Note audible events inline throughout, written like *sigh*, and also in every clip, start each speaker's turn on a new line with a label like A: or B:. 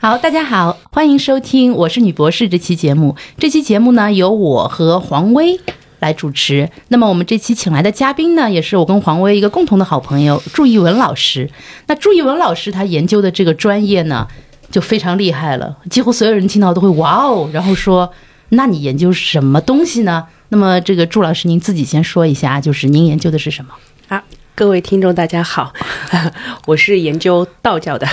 A: 好，大家好，欢迎收听《我是女博士》这期节目。这期节目呢，由我和黄威来主持。那么我们这期请来的嘉宾呢，也是我跟黄威一个共同的好朋友祝一文老师。那祝一文老师他研究的这个专业呢，就非常厉害了，几乎所有人听到都会哇哦，然后说：“那你研究什么东西呢？”那么这个祝老师您自己先说一下，就是您研究的是什么？
B: 啊，各位听众大家好，啊我是研究道教的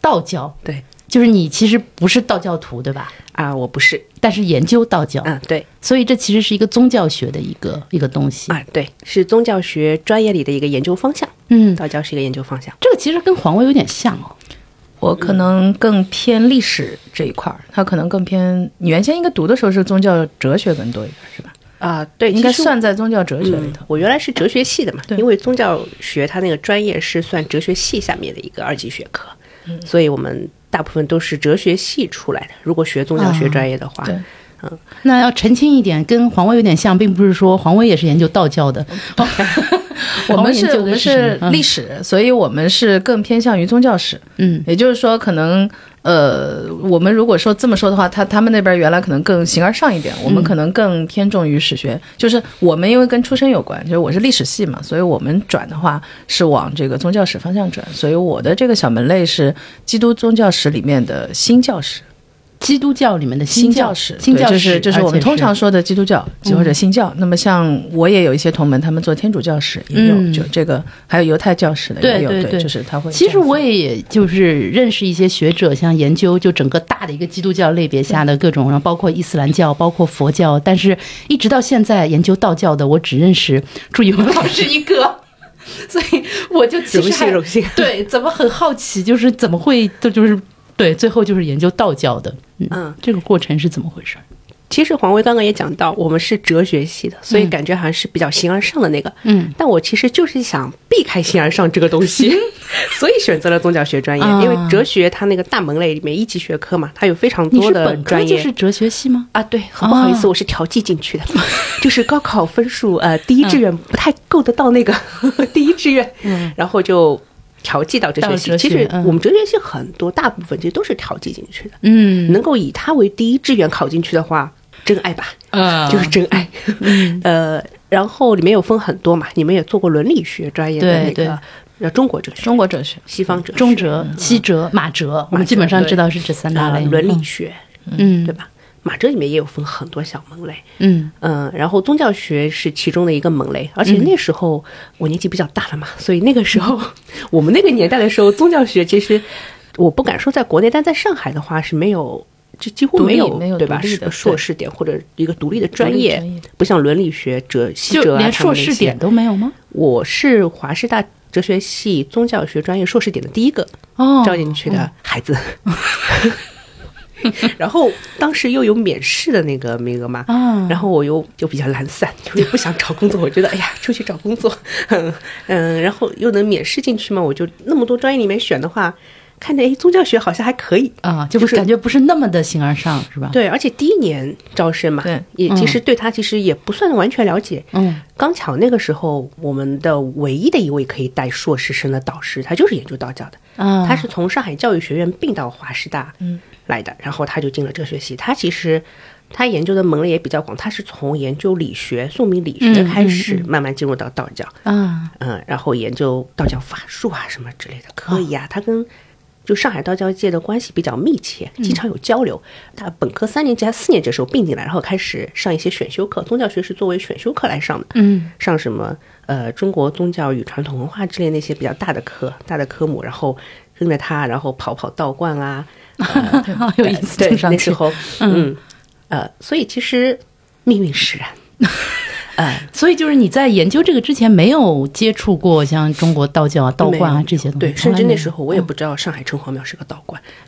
A: 道教，
B: 对，
A: 就是你其实不是道教徒，对吧？
B: 啊，我不是，
A: 但是研究道教，
B: 嗯，对，
A: 所以这其实是一个宗教学的一个一个东西。
C: 哎
B: 啊，对，是宗教学专业里的一个研究方向，
A: 嗯，
B: 道教是一个研究方向。
A: 这个其实跟黄威有点像哦。
C: 嗯我可能更偏历史这一块儿，它可能更偏。你原先应该读的时候是宗教哲学更多一点，是吧？
B: 啊，对，
C: 应该
B: 其实嗯
C: 算在宗教哲学里头。
B: 我原来是哲学系的嘛，
C: 对
B: 因为宗教学它那个专业是算哲学系下面的一个二级学科，所以我们大部分都是哲学系出来的。如果学宗教学专业的话，
C: 对
A: 那要澄清一点，跟黄威有点像，并不是说黄威也是研究道教的，
C: 嗯
A: 哦
C: *laughs*
A: *laughs*
C: 我们是
A: 黄文研究的是
C: 我们
A: 什
C: 是
A: 么嗯
C: 历史，所以我们是更偏向于宗教史。
A: 嗯，
C: 也就是说，可能呃，我们如果说这么说的话，他他们那边原来可能更形而上一点，我们可能更偏重于史学。就是我们因为跟出身有关，就是我是历史系嘛，所以我们转的话是往这个宗教史方向转。所以我的这个小门类是基督宗教史里面的新教史。
A: 基督教里面的
C: 新
A: 教
C: 教史，
A: 新
C: 对
A: 教
C: 就是
A: 史
C: 就是我
A: 而且嗯
C: 们通常说的基督教就或者新教。那么像我也有一些同门，他们做天主教史也有，
A: 嗯
C: 就这个还有犹太教史的
A: 对
C: 也有，
A: 对对
C: 就是他会这
A: 其
C: 样
A: 实
C: 分。
A: 我也就是认识一些学者，像研究就整个大的一个基督教类别下的各种，然后包括伊斯兰教，包括佛教，但是一直到现在研究道教的，我只认识朱一文老师一个， *laughs* 所以我就其
B: 荣
A: 实
B: 幸
A: 还
B: 荣幸。
A: 对怎么很好奇，就是怎么会这就是对最后就是研究道教的，嗯，
B: 嗯
A: 这个过程是怎么回事？
B: 其实黄威刚刚也讲到，我们是哲学系的，所以感觉好像是比较形而上的那个。
A: 嗯，
B: 但我其实就是想避开形而上这个
A: *laughs*
B: 东西，所以选择了宗教学专业。
A: 啊
B: 因为哲学它那个大门类里面一级学科嘛，它有非常
A: 你
B: 多
A: 是
B: 的
A: 本科
B: 专业。
A: 就是哲学系吗？
B: 啊，对，很不好意思，我是调剂进去的， *laughs* 就是高考分数呃第一志愿不太够得到
A: *laughs*
B: 那个第一志愿，然后就调剂到哲学
A: 嗯
B: 系。
A: 到哲学
B: 其实
A: 嗯
B: 我们哲学系很多大部分其实都是调剂进去的，
A: 嗯
B: 能够以它为第一志愿考进去的话，真爱吧。
A: 啊
B: 就是真爱。 *laughs* 呃，然后里面有分很多嘛，你们也做过伦理学专业的那
A: 对
B: 个，呃，中国哲学、
C: 中国哲学，
B: 西方哲学、
A: 中哲、西哲、马哲，我们基本上知道是这三大
B: 呃
A: 类。
B: 伦理学，
A: 嗯，
B: 对吧？马哲里面也有分很多小门类，
A: 嗯，
B: 嗯，然后宗教学是其中的一个门类，而且那时候我年纪比较大了嘛，所以那个时候 *laughs* 我们那个年代的时候，宗教学其实我不敢说在国内，但在上海的话是没有，就几乎
C: 独立
B: 没有，
C: 没有
B: 对吧？
C: 独立
B: 是
C: 的
B: 硕
C: 对
B: 士点或者一个独立的专业，
C: 专业
B: 不像伦理学、哲、西
A: 就
B: 哲啊，
A: 连
B: 他们
A: 硕
B: 那
A: 士
B: 些
A: 点都没有吗？
B: 我是华师大哲学系宗教学专业硕士点的第一个
A: 哦
B: 招进去的孩子。 *laughs* 然后当时又有免试的那个名额嘛，
A: 啊
B: 然后我又就比较懒散，就也不想找工作。我觉得哎呀，出去找工作， *laughs* 嗯嗯，然后又能免试进去嘛，我就那么多专业里面选的话，看着哎宗教学好像还可以，
A: 啊，就不
B: 就是
A: 感觉不是那么的形而上，是吧？，
B: 对，而且第一年招生嘛，
C: 对
B: 也其实对他其实也不算完全了解。
A: 嗯，
B: 刚巧那个时候，我们的唯一的一位可以带硕士生的导师，他就是研究道教的，
A: 啊，
B: 他是从上海教育学院并到华师大
A: 嗯
B: 来的，然后他就进了哲学系。他其实他研究的门类也比较广，他是从研究理学、宋明理学
A: 嗯
B: 开
A: 嗯
B: 始，慢慢进入到道教。
A: 啊，
B: 嗯，然后研究道教法术啊什么之类的，可以
A: 哦
B: 啊，他跟就上海道教界的关系比较密切，
A: 嗯
B: 经常有交流。他本科三年级还是四年级的时候并进来，然后开始上一些选修课，宗教学是作为选修课来上的，
A: 嗯，
B: 上什么呃中国宗教与传统文化之类那些比较大的科大的科目，然后跟着他，然后跑跑道观啊，
A: *laughs* 好有意思，
B: 对
A: 听，上
B: 那
A: 去
B: 时候，嗯，呃，所以其实命运使然，
A: 所以就是你在研究这个之前没有接触过像中国道教啊、道观
B: 没
A: 啊
B: 有嗯
A: 这些东西，
B: 对，
A: 从
B: 甚
A: 来
B: 至
A: 没
B: 那
A: 有
B: 时候我也不知道上海城隍庙是个道观， *laughs*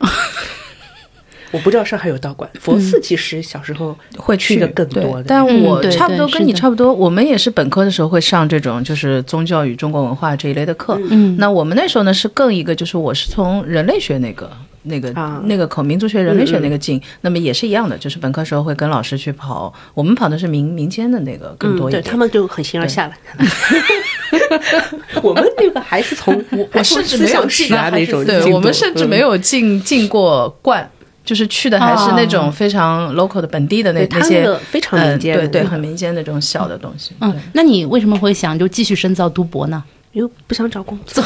B: 我不知道上海有道观。佛寺其实小时 *laughs* 候
C: 会
B: 去
C: 去
B: 的更
C: 对
B: 多的，嗯
C: 但我
A: 嗯对
C: 差不多
A: 对
C: 跟你
A: 是的
C: 差不多，我们也是本科的时候会上这种就是宗教与中国文化这一类的课。嗯，那我们那时候呢是更一个就是我是从人类学那个。那个、
B: 啊
C: 那个口民族学、人类学那个
A: 嗯
C: 进，那么也是一样的，就是本科时候会跟老
A: 嗯
C: 师去跑，我们跑的是民民间的那个更多一
B: 对
C: 点。
B: 他们就很形而下了。 *laughs* 我们这个还是 *laughs* 从我
C: 我甚至没有
B: 是
C: 进
B: 啊那种进
C: 对
B: 度，
C: 我们甚至没
B: 嗯。
C: 有进进过冠，就是去的还是那种非常 local 的本地的那
B: 哦对
C: 那
B: 他
C: 些
B: 们的非常民间
C: 呃对对，
B: 嗯
C: 很民间的这种小的东西。
A: 嗯，那你为什么会想就继续深造读博呢？
B: 又不想找工作，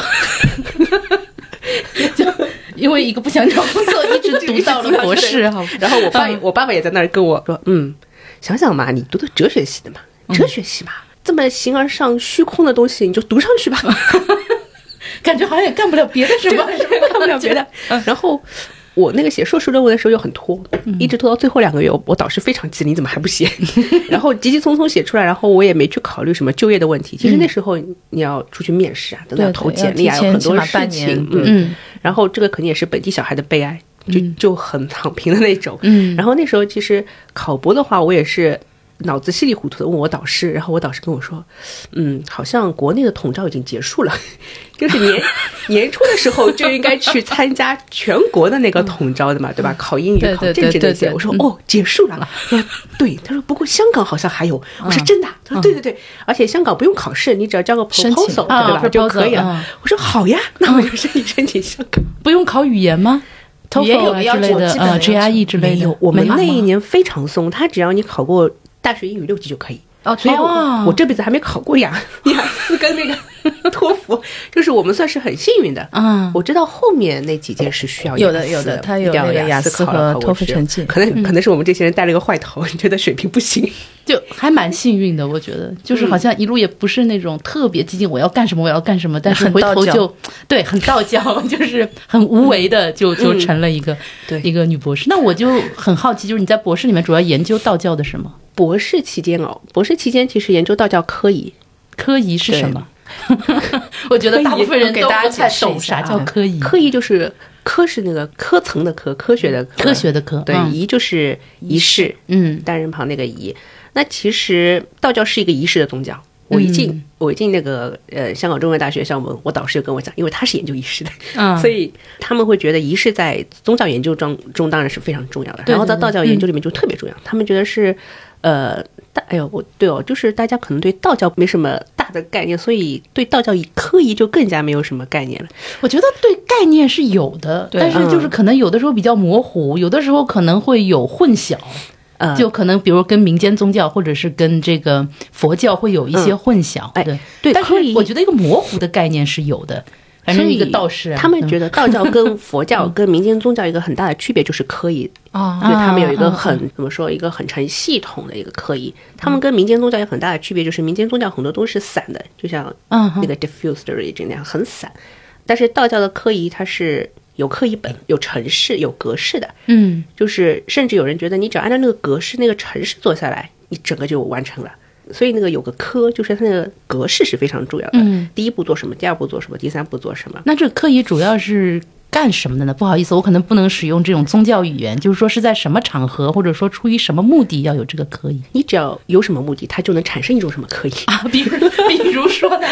A: 因为一个不想找工 *laughs* 作，一直读到了博 *laughs* 士，好吧，
B: *laughs* 然后我爸也、我爸爸也在那儿跟我说，嗯，想想嘛，你读的哲学系的嘛，哲学系嘛，这么形而上虚空的东西，你就读上去吧。
A: 感觉好像也干不了别的，是吧？ *laughs*
B: 干 *laughs* 不了别的。
C: 嗯
B: 然后我那个写硕士论文的时候又很拖，一直拖到最后两个月，我我导师非常急，你怎么还不写？ *laughs* 然后急急匆匆写出来，然后我也没去考虑什么就业的问题。其实那时候你要出去面试啊，等等
C: 对
B: 投
C: 对
B: 简历啊，
C: 要提
B: 有
C: 前
B: 很
C: 起
B: 多
C: 码
B: 事
C: 半
B: 情
C: 年，
A: 嗯
B: 然后这个肯定也是本地小孩的悲哀，就
C: 嗯
B: 就很躺平的那种。
A: 嗯
B: 然后那时候其实考博的话，我也是脑子稀里糊涂的问我导师，然后我导师跟我说，嗯，好像国内的统招已经结束了， *laughs* 就是
C: *laughs*
B: 年年初的时候就应该去参加全国的那个统招的嘛，对吧？考英语、
C: 对
B: 考
C: 对
B: 政治
C: 对
B: 那
C: 对
B: 些。
C: 对嗯
B: 我说哦，结束
C: *laughs*
B: 了。他说对，他说不过香港好像还有。我
C: 嗯
B: 说真的啊？他说对对对，而且香港不用考试，你只要交个
C: 申请
B: proposal 对
A: 啊
B: 吧就可以了
A: 嗯。
B: 我说好呀，那我就申请申请香港。
A: 不用考语言吗？
C: 也有
A: TOEFL 啊
C: 要
A: 之
C: 求
A: 类的
C: 基，本
A: 呃
C: 的
A: ，GRE 之类的，
B: 我们
C: 啊
B: 那一
A: 吗
B: 年非常松，他只要你考过大学英语六级就可以。
C: 哦，
B: 所以我、
A: 哦
B: 我这辈子还没考过雅雅思跟那
C: *laughs*
B: 个托福，就是我们算是很幸运的。
A: 啊，
B: 我知道后面那几件是需要
C: 嗯有
B: 雅
C: 的
B: 思
C: 有的它有
B: 一定要
C: 那个
B: 雅
C: 雅
B: 思
C: 思
B: 考了考
C: 和
B: 过
C: 托福
B: 去
C: 成绩嗯
B: 可能可能是我们这些人带了个坏头，觉得水平不行。
A: 就还蛮幸运的，我觉得，就是好
C: 嗯
A: 像一路也不是那种特别激进，我要干什么我要干什么，但是
C: 很
A: 回
C: 道
A: 头
C: 教嗯
A: 就对很道教， *laughs* 就是很无为的就就成了一个
B: 对
A: 一个女博士。那我就很好奇，就是你在博士里面主要研究道教的什么？
B: 博士期间哦，博士期间其实研究道教科仪，
A: 科仪是什么？ *laughs* 我觉得大部分人
C: 给
A: 都
C: 大家
A: 不太
C: 解释一
A: 懂啥
C: 下
A: 叫
C: 啊
A: 科仪，
B: 科仪就是科是那个科层的科，科学的科，
A: 科学的科，
B: 对，
A: 嗯
B: 仪就是仪式，
A: 嗯
B: 单人旁那个仪。那其实道教是一个仪式的宗教。我一进、
A: 嗯
B: 我一进那个呃香港中文大学校门，我导师就跟我讲，因为他是研究仪式的，
A: 嗯，
B: *laughs* 所以他们会觉得仪式在宗教研究中中当然是非常重要的，
A: 对
B: 然后在
A: 对嗯
B: 道教研究里面就特别重要。他们觉得是呃大哎呦我对哦，就是大家可能对道教没什么大的概念，所以对道教以科仪就更加没有什么概念了。
A: 我觉得对概念是有的，
C: 对
A: 但是就是可能有的时候比较模糊，有的时候可能会有混淆。
B: 呃，
A: 就可能比如跟民间宗教或者是跟这个佛教会有一些混淆，
B: 哎
A: 对
B: 对
A: 但是
B: 可以
A: 我觉得一个模糊的概念是有的，反
B: 所
A: 正
B: 以
A: 一个道士啊、
B: 他们
A: 嗯
B: 觉得道教跟佛教跟民间宗教一个很大的区别就是科仪，
C: 啊，
B: 对他们有一个
A: 啊
B: 很怎么说，一个很成系统的一个科仪。他们跟民间宗教有很大的区别，就是民间宗教很多都是散的，就像
A: 嗯哼
B: 那个 diffused religion 那样很散。但是道教的科仪它是有科仪本、有程式、有格式的，
A: 嗯
B: 就是甚至有人觉得你只要按照那个格式、那个程式做下来，你整个就完成了。所以那个有个科，就是它那个格式是非常重要的。
A: 嗯，
B: 第一步做什么，第二步做什么，第三步做什么。
A: 那这个科仪主要是干什么的呢？不好意思，我可能不能使用这种宗教语言，就是说是在什么场合或者说出于什么目的要有这个科仪
B: 你只要有什么目的，它就能产生一种什么科仪。
A: 啊？比如比如说呢，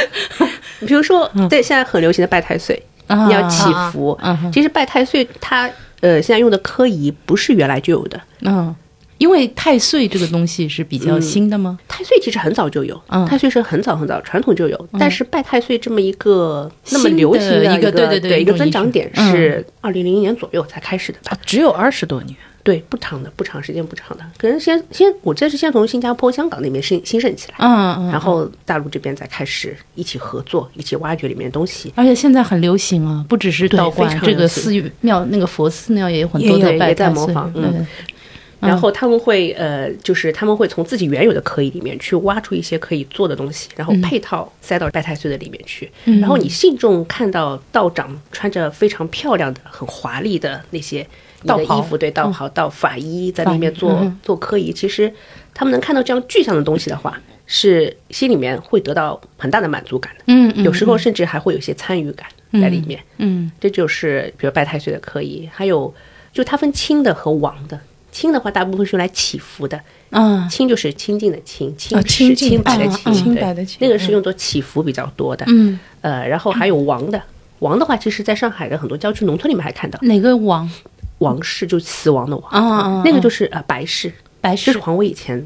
B: 比如说，
A: 嗯
B: 在现在很流行的拜太岁，
A: *laughs* 啊
B: 你要祈福。
A: 啊啊
B: 其实拜太岁它呃现在用的科仪不是原来就有的，
A: 嗯，因为太岁这个东西是比
B: 嗯
A: 较新的吗？
B: 太岁其实很早就有，
A: 嗯
B: 太岁是很早很早传统就有，但是拜太岁这么一个那么
A: 新的
B: 流
A: 一
B: 行一
A: 个对
B: 对
A: 对对
B: 一
A: 一
B: 个
A: 种嗯
B: 增
A: 仪
B: 长
A: 式
B: 点是二零零一年左右才开始的吧？
C: 只有二十多年，
B: 对，不长的，不长时间不长的，可能先先我这是先从新加坡、香港那边兴兴盛起来。
A: 嗯嗯，
B: 然后大陆这边再开始一起合作，一起挖掘里面的东西，
A: 而且现在很流行啊，不只是道观
B: 非，常
A: 这个
B: 流行
A: 寺庙那个佛寺庙也有很多
B: 也有
A: 的拜
B: 也在
A: 太
B: 模
A: 岁
B: 仿
A: 对
B: 嗯然后他们会呃，就是他们会从自己原有的科仪里面去挖出一些可以做的东西，然后配套塞到拜太岁的里面去。然后你信众看到道长穿着非常漂亮的、很华丽的那些
A: 道
B: 你的衣
A: 袍
B: 服，对道袍、道法衣，在里面
A: 法衣
B: 做、做科仪，其实他们能看到这样具象的东西的话，是心里面会得到很大的满足感的。
A: 嗯嗯
B: 有时候甚至还会有一些参与感在里面。
A: 嗯
B: 这就是比如拜太岁的科仪，还有就它分清的和王的。清的话，大部分是用来祈福的，
A: 啊
B: 清就是清净的清，清
C: 啊
B: 是
C: 清净
B: 清白的
C: 啊
B: 清，
C: 啊
B: 对
C: 清白的清
B: 那个是用作祈福比较多的。
A: 嗯，
B: 呃，然后还有王的，王的话，其实在上海的很多郊区农村里面还看到
A: 哪个王
B: 王氏，就死亡的
A: 啊啊
B: 王
A: 啊，
B: 那个就是呃白氏，
A: 白
B: 这是
A: 氏
B: 黄威以前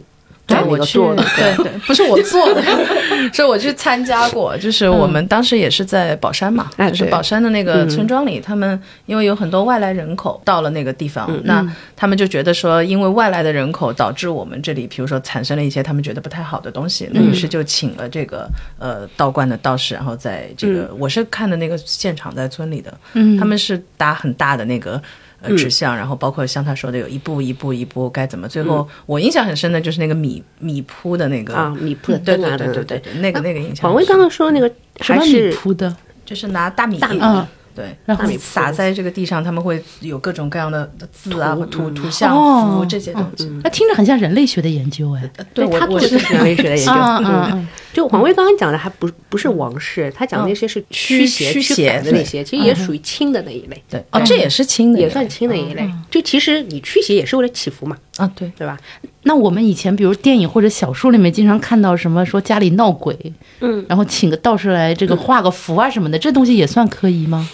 B: 在
C: 对
B: 那
C: 我
B: 个
C: 去
B: 做的，
C: 对对，不是我做的， *laughs* 是我去参加过。就是我们当时也是在宝山嘛，
B: 嗯哎
C: 就是
B: 对
C: 宝山的那个村庄里，他们因为有很多外来人口到了那个地方，那他们就觉得说，因为外来的人口导致我们这里，比如说产生了一些他们觉得不太好的东西，那于是就请了这个呃道观的道士，然后在这个、我是看的那个现场在村里的，嗯，他们是搭很大的那个。呃指向，然后包括像他说的有一步一步一步该怎么，最后我印象很深的就是那个米米铺的那个
B: 啊米铺的
C: 对
B: 灯
C: 对
B: 啊
C: 对对
B: 对
C: 对，那个那个印象很深。
B: 黄威刚刚说那个
A: 什
B: 还
A: 么米
B: 是
A: 铺的？
C: 就是拿大米，
B: 大米
A: 嗯
C: 对，
A: 然后
C: 大米撒在这个地上，他们会有各种各样的字啊、图图像、
A: 哦
C: 符这些东西。
A: 那听着很像人类学的研究哎。
C: 呃对，我
B: 他做
C: 我
B: 的
C: 是
B: 是人类学的研究。
A: 啊
B: 嗯
A: 啊啊！
B: 就黄威刚刚讲的还不不是王室，他讲的那些是驱邪
C: 嗯驱
B: 驱赶的
C: 对
B: 那些，其实也属于轻的那一类，
C: 对哦，这也是轻的，
B: 也算轻的一
C: 嗯
B: 类。就其实你驱邪也是为了祈福嘛，
C: 啊，对，
B: 对吧？
A: 那我们以前比如电影或者小说里面经常看到什么说家里闹鬼，
B: 嗯，
A: 然后请个道士来这个画个符啊什么的，这东西也算科仪吗？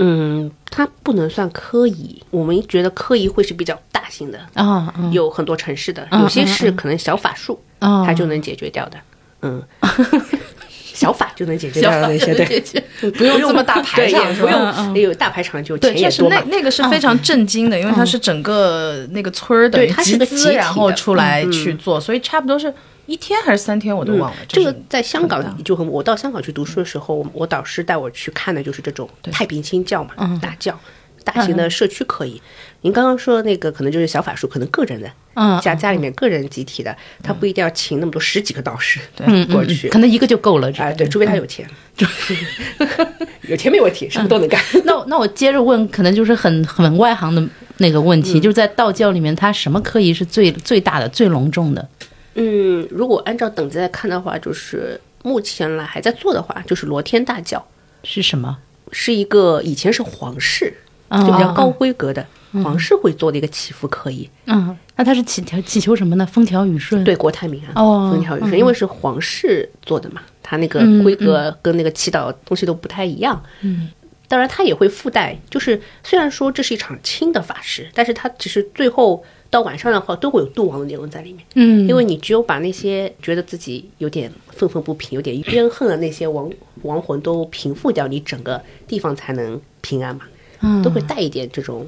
B: 嗯，它不能算科仪，我们觉得科仪会是比较大型的，
A: 啊，嗯
B: 有很多城市的，
A: 嗯
B: 有些是可能小法术，
C: 哦
A: 啊，
B: 它就能解决掉的。
C: *laughs*
B: 嗯，小法就能解决掉的那些，对，
C: 不用这么大排
B: 对，
C: 场，
B: 也
C: 是
B: 不
C: 吧嗯
B: 用也有大排场，就
C: 对，
B: 钱
C: 确
B: 也
C: 实
B: 多
C: 那
B: 嘛。
C: 那个是非常震惊的，因为它是整个那个村儿的嗯
B: 对它是
C: 集
B: 个集
C: 资，
B: 体的
C: 然后出来去做，所以差不多是一天还是三天，我都忘了。
B: 这个
C: 是
B: 在香
C: 很
B: 港就很，我到香港去读书的时候，我我导师带我去看的就是这种太平清教嘛，大教，大型的社区可以。您刚刚说的那个可能就是小法术，可能个人的，
A: 嗯
B: 家家里面个人集体的，他不一定要请那么多十几个道士过去
A: 嗯可。能一个就够了。这
B: 哎，对，除非他有钱，有钱没问题，什么都能干。
A: 那我那我接着问，可能就是很很外行的那个问题，就是在道教里面，它什么科仪是最最大的、最隆重的？
B: *laughs* 嗯，如果按照等级来看的话，就是目前来还在做的话，就是罗天大教
A: 是什么？
B: 是一个以前是皇室，
A: 嗯
B: 就比较高规格的、皇室会做的一个祈福科仪，
A: 嗯，那它是祈条祈求什么呢？风调雨顺。
B: 对国泰民安、
A: 哦
B: 风调雨顺，因为是皇室做的嘛，它那个规格跟那个祈祷东西都不太一样。嗯。当然，它也会附带，就是虽然说这是一场轻的法事，但是它其实最后到晚上的话，都会有度亡的内容在里面。
A: 嗯，
B: 因为你只有把那些觉得自己有点愤愤不平、有点怨恨的那些亡亡魂都平复掉，你整个地方才能平安嘛。嗯，都会带一点这种。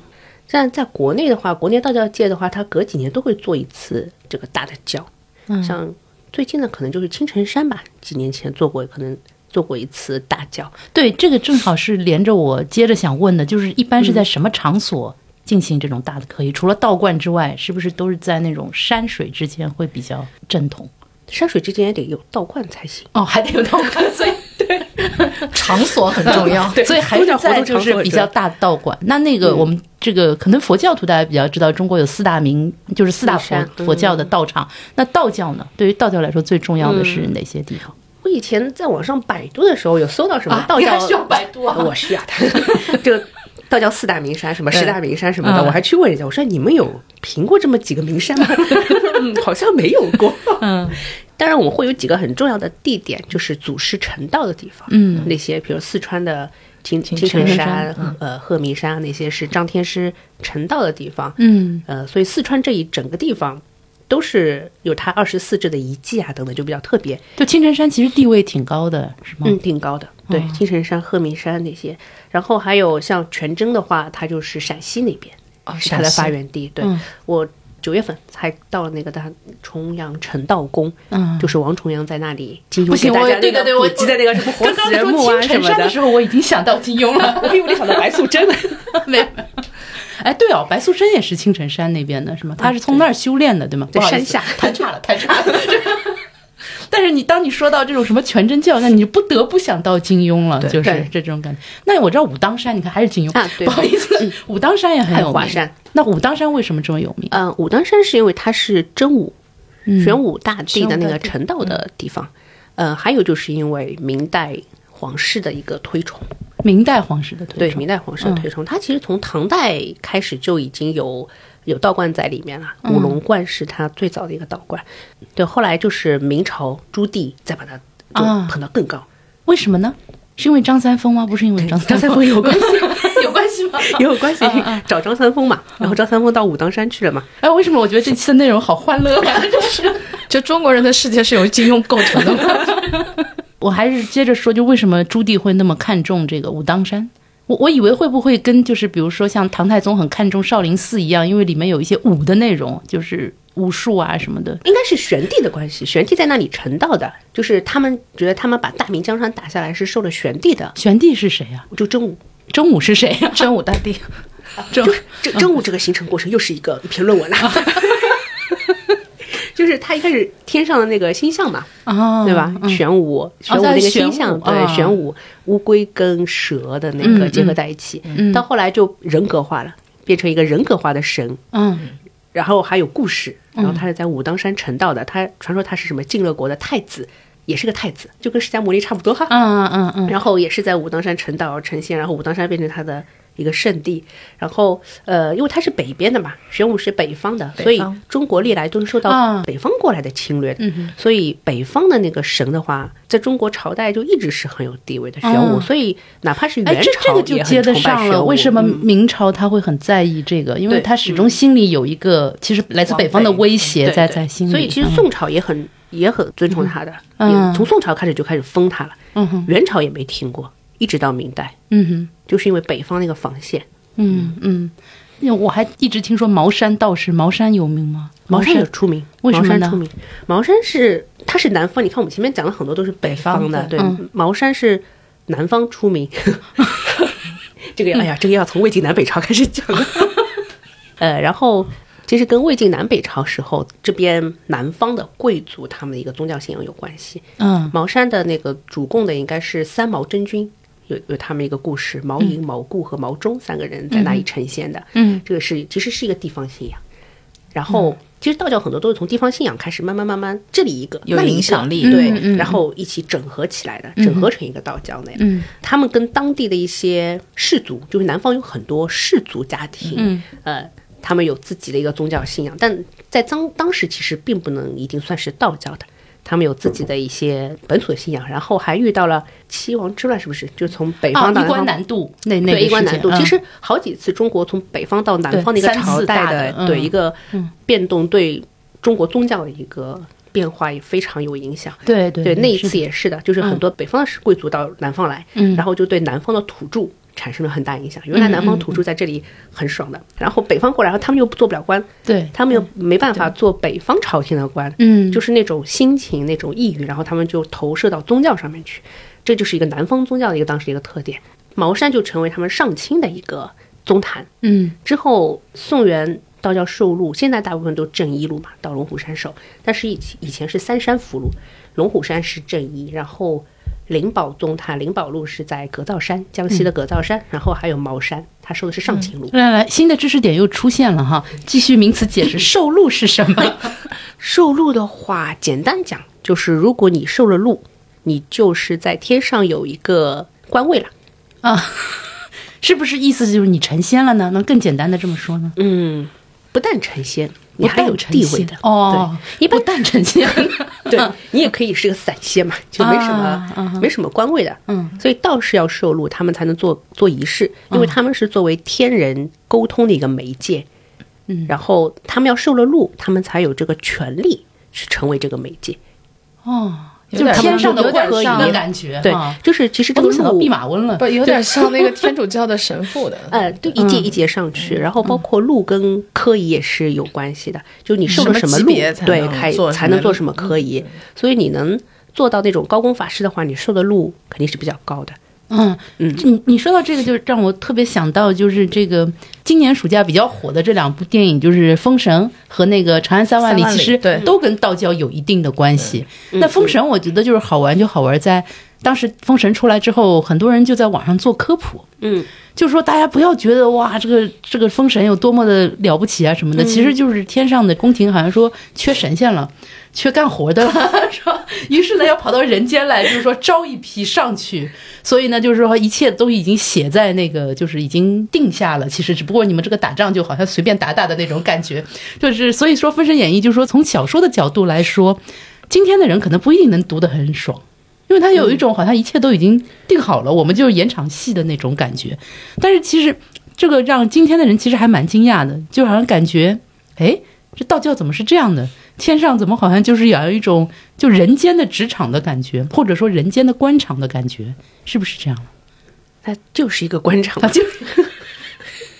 B: 但在国内的话，国内道教界的话，它隔几年都会做一次这个大的教，
A: 嗯
B: 像最近的可能就是青城山吧，几年前做过，可能做过一次大教。
A: 对，这个正好是连着我接着想问的，就是一般是在什么场所进行这种大的科仪？除了道观之外，是不是都是在那种山水之间会比较正统？
B: 山水之间也得有道观才行。
A: 哦，还得有道观，所以。
C: *laughs* 场所很重要
A: 哦
C: *laughs*
A: 所以还是
B: 宗教活
A: 在
B: 动
A: 就
B: 场
A: 是嗯
B: 所
A: 比
B: 也
A: 较
B: 是
A: 大的道馆。那那个我们这个可能佛教徒大家比较知道，中国有四大名，就是四大佛嗯
B: 四山
A: 佛教的道场。那道教呢？对于道教来说，最重要的是哪些地方？
B: 我以前在网上百度的时候，有搜到什么道
A: 啊你
B: 教，呃
A: 还需要百度啊
B: 我需要它，
A: *laughs*
B: 就道教四大名山，什么十大名山什么的，
A: 嗯
B: 我还去问人家，我说你们有评过这么几个名山
A: *laughs*
B: 吗？*laughs* 嗯好像没有过。嗯，当然我们会有几个很重要的地点，就是祖师成道的地方，嗯，那些比如四川的。青青城
A: 城
B: 山、呃，鹤鸣山那些是张天师成道的地方，
A: 嗯，
B: 呃，所以四川这一整个地方都是有他二十四志的遗迹啊等等，就比较特别。
A: 就青城山其实地位挺高的，是吗？
B: 嗯，挺高的。
A: 哦
B: 对，青城山、鹤鸣山那些，然后还有像全真的话，它就是陕西那边
C: 哦
B: 是它的发
C: 源。
B: 源地。对，
A: 嗯
B: 我九月份才到了那个大重阳成道宫，嗯，就是王重阳在那里金庸
A: 不行
B: 给大家
A: 我对
B: 那个
A: 对对我
B: 普及的那个什么活
A: 刚
B: 死
A: 刚
B: 人
A: 说
B: 墓
A: 青
B: 啊什
A: 城
B: 么
A: 山的时候，我已经想到金庸了。
B: 我并没有想到白素 *laughs* 贞，
A: 没有。哎，对哦，白素贞也是青城山那边的，是吗？她是从那儿修炼的，对吗？
B: 在
A: 不好意
B: 嗯山
A: 思
B: 下
A: 太差了，太差了。 *laughs* 但是你当你说到这种什么全真教，那你就不得不想到金庸了，就是
B: 对
A: 这种感觉。那我知道武当山，你看还是金庸
B: 啊对
A: *laughs* 不好意思，武当山也很
B: 还
A: 有
B: 有华
A: 名。
B: 山。
A: 那武当山为什么这么有名？嗯
B: 嗯，武当山是因为它是真武、玄武大帝的那
C: 玄武大
B: 个
C: 帝
B: 成道的地方，嗯，还有就是因为明代皇室的一个推崇。
A: 明代皇室的推
B: 对，
A: 崇。嗯
B: 明代皇室的推崇，它其实从唐代开始就已经有有道观在里面了。
A: 嗯
B: 五龙观是它最早的一个道观，对，后来就是明朝朱棣再把它
A: 啊
B: 就捧到更高，
A: 为什么呢？是因为张三丰吗？不是因为张
B: 张三丰有关系，
A: *laughs* 有关系吗？啊嗯
B: 也 *laughs* 有关系，找张三丰嘛。然后张三丰到武当山去了嘛，
A: 哎，为什么我觉得这期的内容好欢乐啊？真是
C: 就中国人的世界是由金庸构成的 *laughs* 吗？
A: 我还是接着说，就为什么朱棣会那么看重这个武当山？我我以为会不会跟就是比如说像唐太宗很看重少林寺一样，因为里面有一些武的内容，就是武术啊什么的。
B: 应该是玄帝的关系，玄帝在那里成道的，就是他们觉得他们把大明江山打下来是受了玄帝的，
A: 玄帝是谁啊？
B: 就真武，
A: 真武是谁
B: *laughs*
A: 啊？
C: 真武大帝，
B: 真真真武这个形成过程又是一个一篇论文了。啊 *laughs* 就是他一开始天上的那个星象嘛，
A: 啊
B: 对吧？玄武，玄武
A: 它
B: 那个
A: 是
B: 星
A: 哦玄
B: 象，
A: 武
B: 对，
A: 啊
B: 玄武乌龟跟蛇的那个
A: 嗯
B: 结合在一起，
A: 嗯
B: 到后来就人格化了，变成一个人格化的神，
A: 嗯
B: 然后还有故事，然后他是在武当山成道的，他传说他是什么晋乐国的太子，也是个太子，就跟释迦牟尼差不多哈。
A: 嗯嗯嗯，
B: 然后也是在武当山成道成仙，然后武当山变成他的一个圣地。然后呃，因为他是北边的嘛，玄武是北方的，
C: 北
B: 所以
C: 方
B: 中国历来都是受
A: 啊
B: 到北方过来的侵略的。
A: 嗯哼
B: 所以北方的那个神的话，在中国朝代就一直是很有地位的玄武。
A: 嗯
B: 所以哪怕是
A: 哎，
B: 元
A: 这这
B: 朝
A: 个就
B: 也
A: 接
B: 很
A: 得
B: 崇拜
A: 上
B: 玄
A: 了。
B: 武。
A: 为什么
B: 嗯
A: 明朝他会很在意这个？因为
B: 对嗯
A: 他始终心里有一个，其实来自北方的威胁
B: 对
A: 在
B: 对
A: 在心里。
B: 所以其实宋朝也很也很尊崇他的，
A: 嗯
B: 也从宋朝开始就开始封他了。
A: 嗯哼
B: 元朝也没停过，一直到明代，
A: 嗯哼
B: 就是因为北方那个防线。
A: 嗯嗯，因为我还一直听说茅山道士，茅山有名吗？
B: 茅山也出名，啊
A: 为什
B: 茅
A: 么呢
B: 山出名？茅山是它是南方，你看我们前面讲了很多都是北方的，嗯
C: 北
B: 对，茅山是南方出名。 *laughs* 这个哎呀，这个要从魏晋南北朝开始讲了。 *laughs* 呃，然后其实跟魏晋南北朝时候这边南方的贵族他们的一个宗教信仰有关系。
A: 嗯
B: 茅山的那个主供的应该是三毛真君，有有他们一个故事，毛莹、毛固和毛忠三个人在那里呈现的。
A: 嗯
B: 这个是其实是一个地方信仰。然后，其实道教很多都是从地方信仰开始，慢慢慢慢，这里一个
C: 有
B: 那里一个
C: 影响力
B: 对，
A: 嗯嗯嗯
B: 然后一起整合起来的，整合成一个道教那样。
A: 嗯
B: 他们跟当地的一些氏族，就是南方有很多氏族家庭，
A: 嗯
B: 呃，他们有自己的一个宗教信仰，但在当当时其实并不能一定算是道教的。他们有自己的一些本土的信仰，然后还遇到了七王之乱，是不是？就从北
A: 啊，
B: 方到
A: 一
B: 南
A: 关
B: 方
A: 难度那那个
B: 对一关
A: 事
B: 难
A: 件
B: 度。其
A: 嗯
B: 实好几次中国从北方到南方的一个
A: 对三
B: 朝
A: 次
B: 代
A: 大的嗯
B: 对一个变动，对中国宗教的一个变化也非常有影响。
A: 对对
B: 对，那一
A: 是
B: 次也是的，就是很多北方的贵族到南方来，
A: 嗯
B: 然后就对南方的土著产生了很大影响。原来南方土著在这里很爽的，然后北方过来，然后他们又做不了官，
A: 对
B: 他们又没办法做北方朝廷的官，
A: 嗯
B: 就是那种心情、那种抑郁，然后他们就投射到宗教上面去，这就是一个南方宗教的一个当时的一个特点。茅山就成为他们上清的一个宗坛。
A: 嗯
B: 之后，宋元道教受禄，现在大部分都正一路嘛，到龙虎山守。但是以前以前是三山福禄，龙虎山是正一，然后灵宝宗它灵宝路是在格造山，江西的格造山，然后还有茅山，它收的是上清路。
A: 来来，新的知识点又出现了哈！继续名词解释，受禄是什么？
B: 嗯受禄的话，简单讲就是，如果你受了禄，你就是在天上有一个官位了。
A: 是不是意思就是你成仙了呢？能更简单的这么说呢？
B: 嗯，不但成仙，你
A: 不
B: 还
A: 但
B: 有
A: 成
B: 地位
A: 仙
B: 的
A: 哦，
B: 对一般
A: 不但成
B: *laughs*
A: 仙， *laughs*
B: 对你也可以是个散仙嘛，就没什么、
A: 啊啊
B: 没什么官位的。
A: 嗯，
B: 所以道士要受禄，他们才能做做仪式，因为他们是作为天人沟通的一个媒介。嗯，然后他们要受了禄，他们才有这个权利去成为这个媒介。
A: 哦，
C: 有点
A: 就天上的
C: 像
A: 官
C: 有点
A: 神
C: 像
A: 的感觉，
B: 对
A: 哈，
B: 就是其实
A: 嗯啊我
B: 这
A: 怎么
B: 个
A: 想到
B: 禄
A: 弼马温了？
C: 不有点像那个天主教的神父的。
B: 呃，对，一阶一阶上去，然后包括路跟科仪也是有关系的，就你受了
C: 什么
B: 么
C: 级
B: 路
C: 别才，
B: 对，
C: 能
B: 开
C: 做
B: 才
C: 什么
B: 能做
C: 路
B: 什么科仪，所以你能做到那种高功法师的话，你受的路肯定是比较高的。
A: 嗯，你你说到这个，就让我特别想到，就是这个今年暑假比较火的这两部电影，就是《封神》和那个《长安三万里》，
C: 三万里
A: 其实
C: 对
A: 都跟道教有一定的关系。那《封神》我觉得就是好玩，就好玩在当时《封神》出来之后，很多人就在网上做科普，
B: 嗯，
A: 就是说大家不要觉得哇，这个这个封神有多么的了不起啊什么
C: 嗯
A: 的，其实就是天上的宫廷好像说缺神仙了。缺干活的了， *laughs* 说，于是呢要跑到人间来，就是说招一批上去，所以呢就是说一切都已经写在那个，就是已经定下了。其实只不过你们这个打仗就好像随便打打的那种感觉，就是所以说《封神演义》就是说从小说的角度来说，今天的人可能不一定能读得很爽，因为他有一种好像一切都已经定好了，我们就是演场戏的那种感觉。但是其实这个让今天的人其实还蛮惊讶的，就好像感觉，哎，这道教怎么是这样的？天上怎么好像就是有一种就人间的职场的感觉，或者说人间的官场的感觉，是不是这样？
B: 它就是一个官场
A: 它，就是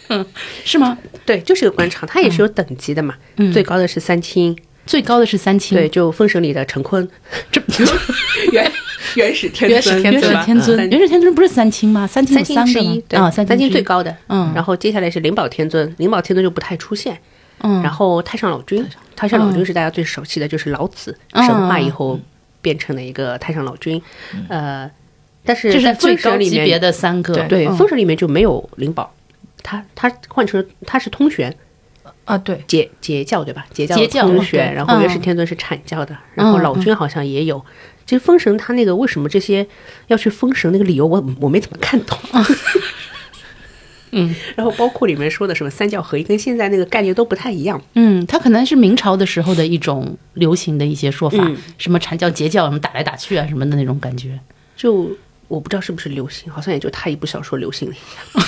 A: 嗯是吗？
B: 对，就是一个官
A: 嗯
B: 场，它也是有等级的嘛。最高的是三清，
A: 最高的是三清，
B: 对，，就《封神》里的陈坤，
A: 嗯这
B: *laughs* 原原始天
C: 原始天
A: 元
C: 尊
A: 始
C: 吧
A: 天尊，
B: 嗯
A: 元始天尊不是三清吗？三清有
B: 三
A: 三
B: 清
A: 个
B: 之
A: 吗
B: 一，对
A: 啊，
B: 三
A: 三
B: 清
A: 之
B: 最
A: 一，
B: 高的，
A: 嗯
B: 然后接下来是灵宝天尊，灵宝天尊就不太出现，
A: 嗯，
B: 然后太上老君，太上老君是大家最熟悉的，就是老子
A: 嗯
B: 神话以后变成了一个太上老君，呃，但是
A: 这
B: 在
A: 是最
B: 封神
A: 高
B: 里
A: 级别
B: 面，
A: 的三个，
B: 对，
A: 嗯
B: 封神里面就没有灵宝，他他换成他是通玄，
C: *laughs* 啊，对，
B: 截截教对吧？截教
A: 截
B: 的
A: 教
B: 通
A: 嗯
B: 学，
A: 对
B: 然后元始
A: 嗯
B: 天尊是阐教的，然后老君好像也有。其实封神他那个为什么这些要去封神那个理由我，我没怎么看懂。嗯， *laughs* 然后包括里面说的什么三教合一，跟现在那个概念都不太一样。
A: 嗯，它可能是明朝的时候的一种流行的一些说法，
B: 嗯
A: 什么禅教、截教，什么打来打去啊，什么的那种感觉。
B: 就我不知道是不是流行，好像也就他一部小说流行了一样。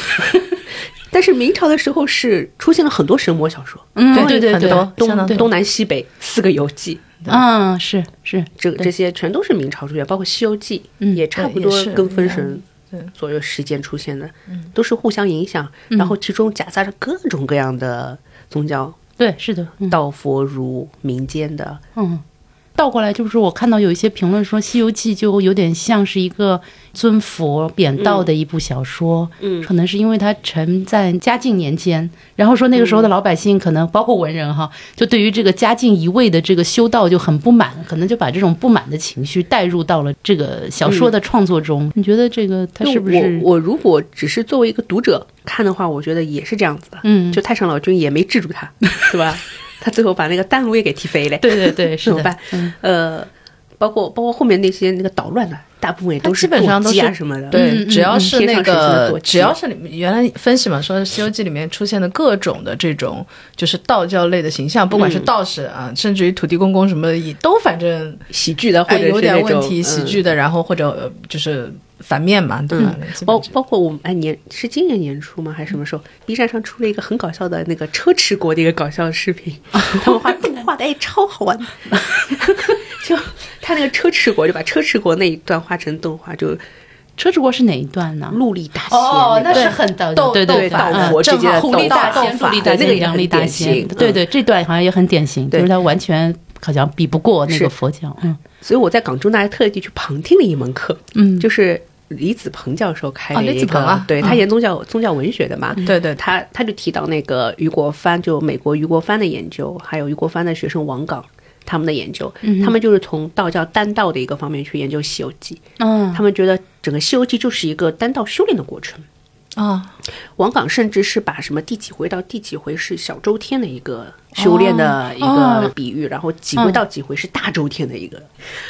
B: *laughs* 但是明朝的时候是出现了很多神魔小说，
A: 嗯对
C: 对
A: 对
C: 很
A: 对，
C: 多相
B: 东
C: 当
B: 东南西北四个游记，
A: 嗯，是是，
B: 这这些全都是明朝出现，包括《西游记》也差不多
C: 对也是
B: 跟《封神
C: 一样对》
B: 左右时间出现的，都是互相影响，然后其中夹杂着各种各样的宗教，
A: 对是的，嗯
B: 道佛儒民间的，
A: 嗯。倒过来就是我看到有一些评论说，《西游记》就有点像是一个尊佛贬道的一部小说，
B: 嗯
A: 可能是因为它沉在嘉靖年间，然后说那个时候的老百姓可能包括文人哈，就对于这个嘉靖一味的这个修道就很不满，可能就把这种不满的情绪带入到了这个小说的创作中。你觉得这个它
B: 就是
A: 不是？
B: 我我如果只是作为一个读者看的话，我觉得也是这样子的，
A: 嗯
B: 就太上老君也没制住他，对吧？他最后把那个丹炉也给踢飞了，
A: 对对对，是
B: 怎么
A: 的嗯
B: 办，？呃，包括包括后面那些那个捣乱的，大部分也都
C: 它
B: 是
C: 基本上
B: 坐
C: 都
B: 骑啊
C: 是
B: 什么的，
C: 对，
A: 嗯
C: 只要
A: 嗯
C: 是
B: 贴
C: 那
B: 上神圣的
C: 个
B: 坐，骑
C: 只要是里面原来分析嘛，说《西游记》里面出现的各种的这种就是道教类的形象，不管
B: 嗯
C: 是道士啊，甚至于土地公公什么的，也都反正
B: 喜剧的或
C: 哎
B: 者是
C: 有点
B: 那
C: 问
B: 种
C: 题，喜
B: 嗯
C: 剧的，然后或者呃就是反面嘛，对吧？基本
B: 包
C: 上
B: 包括我们哎年是今年年初吗？还是什么时候？B 站上出了一个很搞笑的那个车迟国的一个搞笑视频，
A: 哦
B: 他
A: *laughs*
B: 们画动画的哎超好玩，就他那个车迟国就把车迟国那一段画成动画，就
A: 车之国是哪一段呢？
B: 陆力大仙
A: 哦，那
B: 个
A: 是很道
C: 斗
A: 对
B: 斗
A: 对
B: 法
A: 嗯
B: 我之
A: 正
B: 间
A: 好
B: 的
A: 狐
B: 斗
A: 狸大
B: 法
A: 仙、
B: 斗
A: 狐狸
B: 法
A: 大
B: 那个
A: 仙、
B: 也
A: 杨
B: 很
A: 丽大嗯
B: 典
A: 仙，
B: 型嗯
A: 对对，这段好像也很典型，就
B: 对
A: 是他完全好像比不过那
B: 是
A: 个佛教，嗯
B: 所以我在港中大还特地去旁听了一门课，
A: 嗯，
B: 就是李子鹏教授开
C: 啊
B: 了
C: 李
B: 一
C: 子
B: 个，
C: 鹏啊
B: 对他
C: 嗯
B: 研宗教、宗教文学的嘛，
C: 对对
B: 他他就提到那个于国藩，就美国于国藩的研究，还有于国藩的学生王岗他们的研究，
C: 嗯
B: 他们就是从道教丹道的一个方面去研究《西游记》
A: 嗯
B: 他们觉得整个《西游记》就是一个丹道修炼的过程。
C: 啊，
B: 王岗甚至是把什么第几回到第几回是小周天的一个修炼的一个比喻，然后几回到几回是大周天的一个。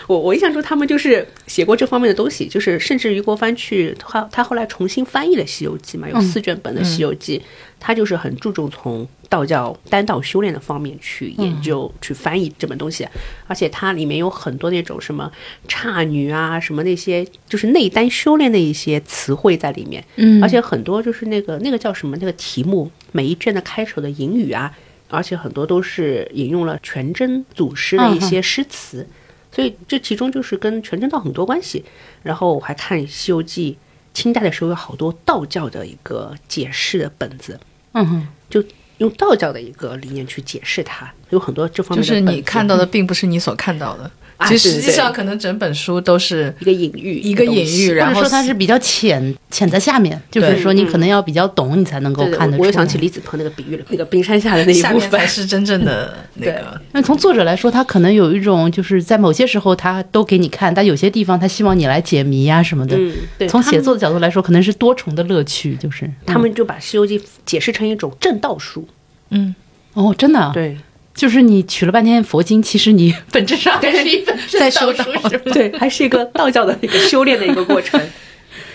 B: 我我印象中他们就是写过这方面的东西，就是甚至于国藩去他他后来重新翻译了《西游记》嘛，有四卷本的《西游记》他就是很注重从道教丹道修炼的方面去研究、去翻译这本东西，而且它里面有很多那种什么差女啊，什么那些就是内丹修炼的一些词汇在里面，
A: 嗯
B: 而且很多就是那个那个叫什么那个题目，每一卷的开首的引语啊，而且很多都是引用了全真祖师的一些诗词，所以这其中就是跟全真道很多关系。然后我还看《西游记》，清代的时候有好多道教的一个解释的本子，
A: 嗯哼，
B: 就用道教的一个理念去解释它，有很多这方
C: 就
B: 面的
C: 是
B: 本
C: 你
B: 子
C: 看到的并不是你所看到的，
B: 啊
C: 其
B: 对
C: 实实
B: 对
C: 际
B: 对
C: 上可能整本书都是
B: 一个隐喻，
C: 一个隐喻，
A: 或
C: 然
A: 者
C: 后
A: 说它是比较浅浅在下面，就是说你可能要比较懂，你才能够
B: 嗯对对
A: 看得
B: 我
A: 出
B: 我又
A: 来。
B: 想起李子鹏那个比喻了，那个冰山下的那一
C: 下
B: 部
C: 面
B: 分
C: 才。是真
B: *laughs*
C: 正的那个。
A: 那从作者来说，他可能有一种就是在某些时候他都给你看，但有些地方他希望你来解谜呀、什么的。
B: 嗯，对，
A: 从
B: 他
A: 写
B: 们
A: 作的角度来说，可能是多重的乐趣，就是
B: 他们就把《西游记》解释成一种正道书。
C: 嗯
A: 哦，真的啊
B: 对
A: 就是你取了半天佛经，其实你本质上还是一本
C: 在
A: 修
C: 修
A: 道
C: 道
A: 书，是吧？
B: 哦对，还是一个道教的一个修炼的一个过程。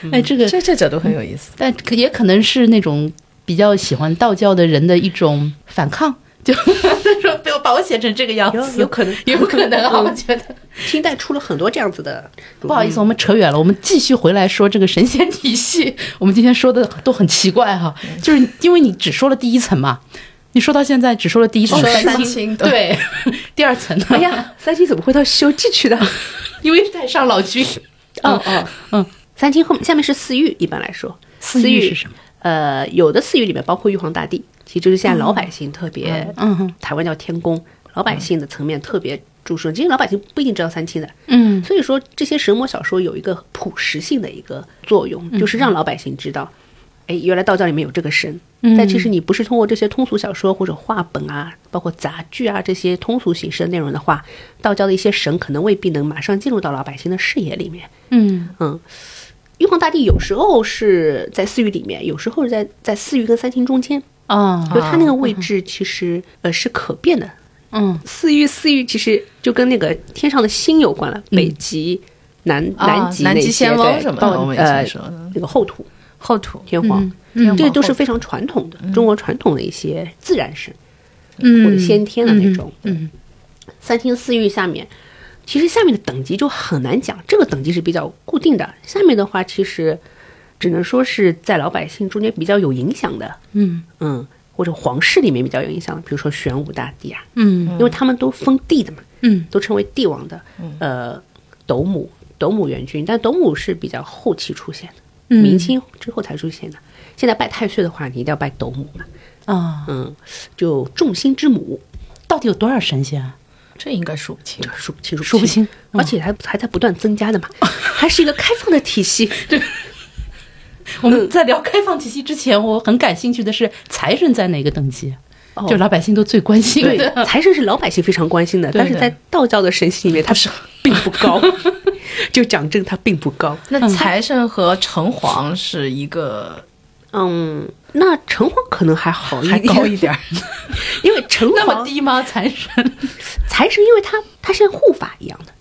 B: 嗯
A: *laughs* 哎，这个，
C: 这这角度很有意思，
A: 但可也可能是那种比较喜欢道教的人的一种反抗，就 *laughs* 他说不要把我写成这个样
B: *laughs* 有
A: 子，
B: 有可能，
A: *laughs* 有可能啊，我觉得。
B: 清代出了很多这样子的。
A: 不好意思，我们扯远了，我们继续回来说这个神仙
B: 嗯
A: 体系。我们今天说的都很奇怪哈，就是因为你只说了第一层嘛，你说到现在只说了第一层
B: 哦
C: 只说了
A: 三
C: 三
A: *laughs* 清，
C: 清
A: 对，第二层呢？
B: *laughs* 哎呀，三清怎么会到《西游记》去的？
A: 因为太上老君，
B: 哦哦，
A: 嗯，
B: *laughs* 三清后面下面是四御，一般来说，
A: 四御是什么？
B: 呃，有的四御里面包括玉皇大帝，其实就是现在老百姓特别，
A: 嗯哼，
B: 台湾叫天宫，老百姓的层面特别注重，其实老百姓不一定知道三清的，
A: 嗯
B: 所以说这些神魔小说有一个普实性的一个作用，就是让老百姓知道，哎，原来道教里面有这个神。但其实你不是通过这些通俗小说或者话本啊，包括杂剧啊这些通俗形式的内容的话，道教的一些神可能未必能马上进入到老百姓的视野里面。
A: 嗯
B: 嗯，玉皇大帝有时候是在四御里面，有时候是在在四御跟三清中间，
A: 哦
B: 就他那个位置其实、呃是可变的，
A: 嗯
B: 四域，四域其实就跟那个天上的星有关了，北极、南
C: 啊
B: 南极那些、
C: 南极仙翁
B: 对
C: 什么的
B: 到
C: 我们以前
B: 呃
C: 说的
B: 那个后土
C: 后土
B: 天皇，
A: 嗯
C: 天皇
B: 这都是
C: 后
B: 非常传统的、中国传统的一些自然神、
A: 嗯
B: 或者先天的那种。
A: 嗯
B: 三清四御下面，其实下面的等级就很难讲，这个等级是比较固定的。下面的话，其实只能说是在老百姓中间比较有影响的，
A: 嗯
B: 嗯，或者皇室里面比较有影响的，比如说玄武大帝啊，
A: 嗯
B: 因为他们都封地的嘛，
A: 嗯
B: 都称为帝王的，呃，斗母、斗母元君，但斗母是比较后期出现的，
A: 嗯
B: 明清之后才出现的。现在拜太岁的话，你一定要拜斗母嘛，
A: 啊，
B: 嗯，就众星之母，
A: 到底有多少神仙啊？
C: 这应该数不清。
B: 数不清，
A: 数不清
B: 而且还还在不断增加的嘛，还是一个开放的体系。对，
A: 我
B: 呃
A: 们在聊开放体系之前，我很感兴趣的是财神在哪个等级？啊就老百姓都最关心
B: 哦对
A: 的，
B: 财神是老百姓非常关心的，
C: 对
B: 但是
C: 对
B: 在道教的神系里面，它是并不高，就讲真，它并不高。
C: 那财神和城隍是一个
B: 嗯，那城隍可能还好一
C: 还
B: 点，
C: 高一点儿，
B: *laughs* 因为城
A: *laughs* 那
B: 隍
A: 么低吗？财神？
B: *laughs* 财神，因为他他像护法一样的，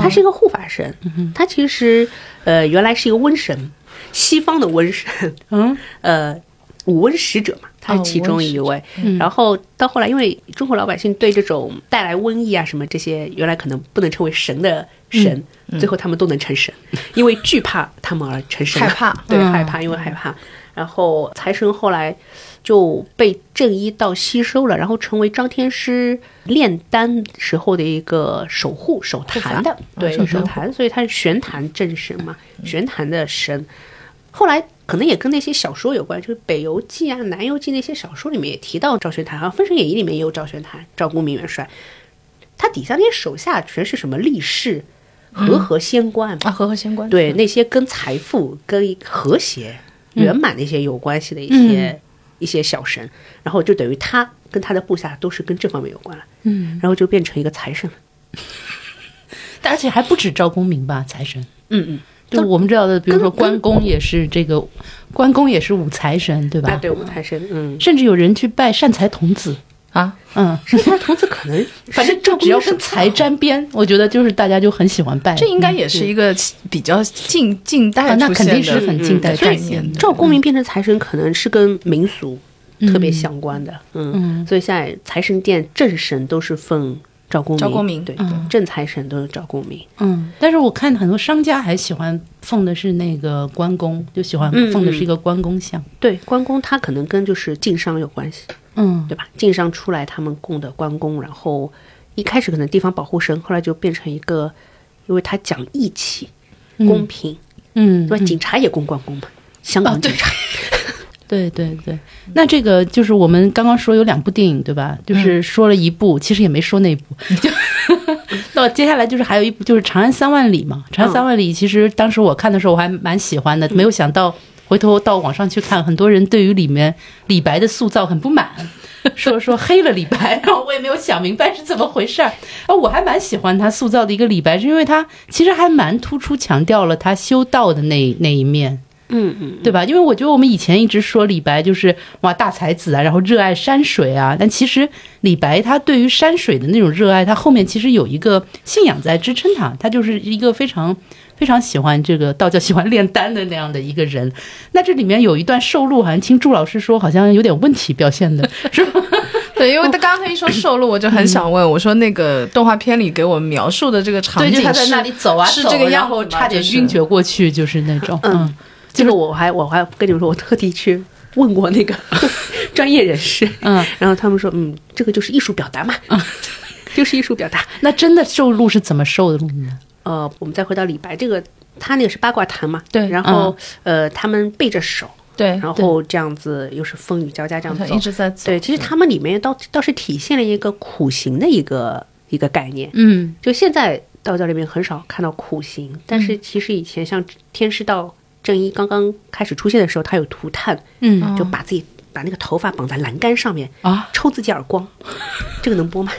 B: 他是一个护法神，他其实呃原来是一个瘟神，西方的瘟神，
A: 嗯，
B: 呃五瘟使者嘛，他是其中一位。嗯然后到后来，因为中国老百姓对这种带来瘟疫啊什么这些，原来可能不能称为神的神，最后他们都能成神，因为惧怕他们而成神，
C: 害怕
B: 对
A: 嗯
B: 害怕，因为害怕。然后财神后来就被正一道吸收了，然后成为张天师炼丹时候的一个守护守坛的，对
C: 守
B: 守坛，嗯所以他是玄坛正神嘛，玄坛的神。后来可能也跟那些小说有关，就是《北游记》啊、《南游记》那些小说里面也提到赵玄坛，好啊像《封神演义》里面也有赵玄坛、赵公明元帅，他底下那些手下全是什么力士、和合仙官、
C: 啊，和和仙官
B: 对那些跟财富、跟和谐、圆满那些有关系的一些、一些小神，然后就等于他跟他的部下都是跟这方面有关了，嗯，然后就变成一个财神了，
A: 但而且还不止赵公明吧，财神。
B: 嗯嗯，
A: 就我们知道的，比如说
B: 跟
A: 关
B: 跟
A: 公也是这个，关公也是五财神，对吧？
B: 啊，对，五财神，嗯，
A: 甚至有人去拜善财童子，
C: 啊，
A: 嗯，
B: 剩下的童子可能
A: 反正
B: 赵嗯
A: 只要跟财沾边，我觉得就是大家就很喜欢拜。
C: 这应该也是一个比较近近代
B: 哦
A: 啊那
C: 出
A: 肯
C: 现
A: 定是
C: 的嗯
B: 嗯
A: 很近代
C: 概
A: 概
C: 念
A: 念
C: 的。
B: 赵公明变成财神，可能是跟民俗特别相关的，嗯，所以现在财神殿正神都是奉赵公明，
C: 赵公明
B: 对，对正财神都是赵公明，
A: 嗯，但是我看很多商家还喜欢奉的是那个关公，就喜欢
B: 嗯
A: 奉的是一个关公像。
B: 对，关公他可能跟就是晋商有关系，
A: 嗯
B: 对吧？晋商出来，他们供的关公，然后一开始可能地方保护神，后来就变成一个，因为他讲义气、
C: 嗯
B: 公平，
A: 嗯，
B: 对吧？警察也供关公嘛，
C: 哦
B: 香港警察，
A: 对对对。那这个就是我们刚刚说有两部电影，对吧？就是说了一部，其实也没说那一部。就 *laughs* 那么接下来就是还有一部就是《长安三万里》嘛，《长安三万里》其实当时我看的时候我还蛮喜欢的，没有想到回头到网上去看，很多人对于里面李白的塑造很不满。说说黑了李白，然后我也没有想明白是怎么回事儿。啊，我还蛮喜欢他塑造的一个李白，是因为他其实还蛮突出强调了他修道的那那一面。
B: 嗯嗯，
A: 对吧？因为我觉得我们以前一直说李白就是哇大才子啊，然后热爱山水啊，但其实李白他对于山水的那种热爱，他后面其实有一个信仰在支撑他，他就是一个非常非常喜欢这个道教、喜欢炼丹的那样的一个人。那这里面有一段受录，好像听朱老师说好像有点问题表现的，是吧？
C: 对，
B: 哦
C: 因为他刚刚一说瘦鹿，我就很想问，我说那个动画片里给我们描述的这个场
A: *laughs* 对，
C: 景
A: 就是他在那里走啊，
C: 是
A: 走
C: 这个
A: 然
C: 样
A: 后
C: 子，
A: 差点晕。厥过去，就是那种嗯。
C: *laughs*
B: 这个我还我还跟你们说，我特地去问过那个《专业人士，
A: 嗯，
B: 然后他们说，嗯，这个就是艺术表达嘛，
C: 嗯
B: 就是艺术表达。
A: 那真的受路是怎么受的路呢？
B: 呃，我们再回到李白这个，他那个是八卦坛嘛，
C: 对嗯
B: 然后、呃，他们背着手，
C: 对，
B: 然后这样子又是风雨交加这样
C: 好
B: 走
C: 像，一直在走，
B: 对，
A: 嗯
B: 其实他们里面倒倒是体现了一个苦行的一个一个概念，
A: 嗯
B: 就现在道教里面很少看到苦行，但
A: 嗯
B: 是其实以前像天师道正一刚刚开始出现的时候，他有涂炭，
A: 嗯
B: 就把自己把那个头发绑在栏杆上面，
A: 啊，
B: 抽自己耳光， *laughs* 这个能播吗？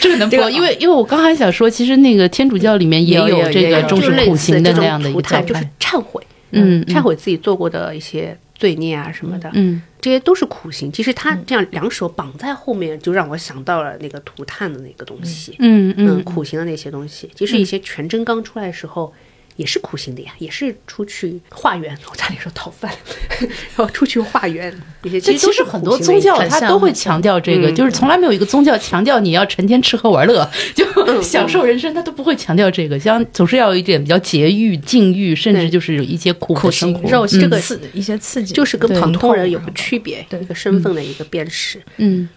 A: 这个能播，因为因为我刚还想说，其实那个天主教里面也
C: 有有
A: 这
C: 也
A: 个
C: 有
A: 重视
B: 就类
A: 苦
B: 似
A: 行的那
B: 这种
A: 样的一
B: 涂
A: 个教
B: 炭，就是
A: 派，
B: 忏悔，
A: 嗯
B: 忏悔自己做过的一些罪孽啊什么的，
A: 嗯
B: 这些都是苦行。其实他这样两手绑在后面，就让我想到了那个涂炭的那个东西。
A: 嗯
B: 嗯，
A: 嗯
B: 苦行的那些东西。其实以前全真刚出来的时候，也是苦行的呀，也是出去化缘。我差点说讨饭， *laughs* 然后出去化缘，也是
A: 这
B: 其实
A: 其
B: 都
A: 实
B: 是
A: 很
B: 苦
A: 多
B: 行的
A: 宗
B: 一
A: 教
B: 种
A: 它都会强调这个，
B: 嗯
A: 就是从来没有一个宗教强调你要成天吃喝玩乐， *laughs*
B: 嗯
A: 就享受人生，它都不会强调这个，像总是要有一点比较节欲、禁欲，甚至
B: 对
A: 就是有一些苦
C: 苦
A: 的生活。
C: 肉
A: 嗯
C: 这个刺一些刺激，
B: 就是跟
C: 对
B: 普
C: 疼
B: 通
C: 痛
B: 人有
C: 然
B: 个
C: 后
B: 区别，
C: 对
B: 一个身份的一个辨识。
A: 嗯，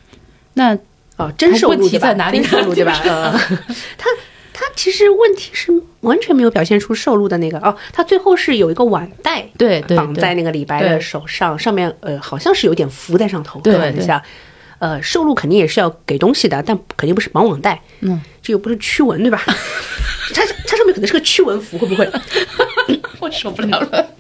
A: 那
B: 哦，真受
A: 问
B: 辱
A: 题
B: 对吧
A: 在哪里
B: 真受
A: 呢 *laughs*
B: 辱对吧？呃，他他其实问题是完全没有表现出受辱的那个哦，他最后是有一个碗带，
A: 对对
B: 绑在
A: 对，
B: 那个李白的
C: 对
B: 手上，上面呃好像是有点浮在上头，
A: 对
B: 看一下。呃，受禄肯定也是要给东西的，但肯定不是绑网带，
A: 嗯，
B: 这又不是驱
A: *laughs*
B: 蚊，对吧？它它上面可能是个驱蚊符，会不会？
A: 我受不了了。 *laughs*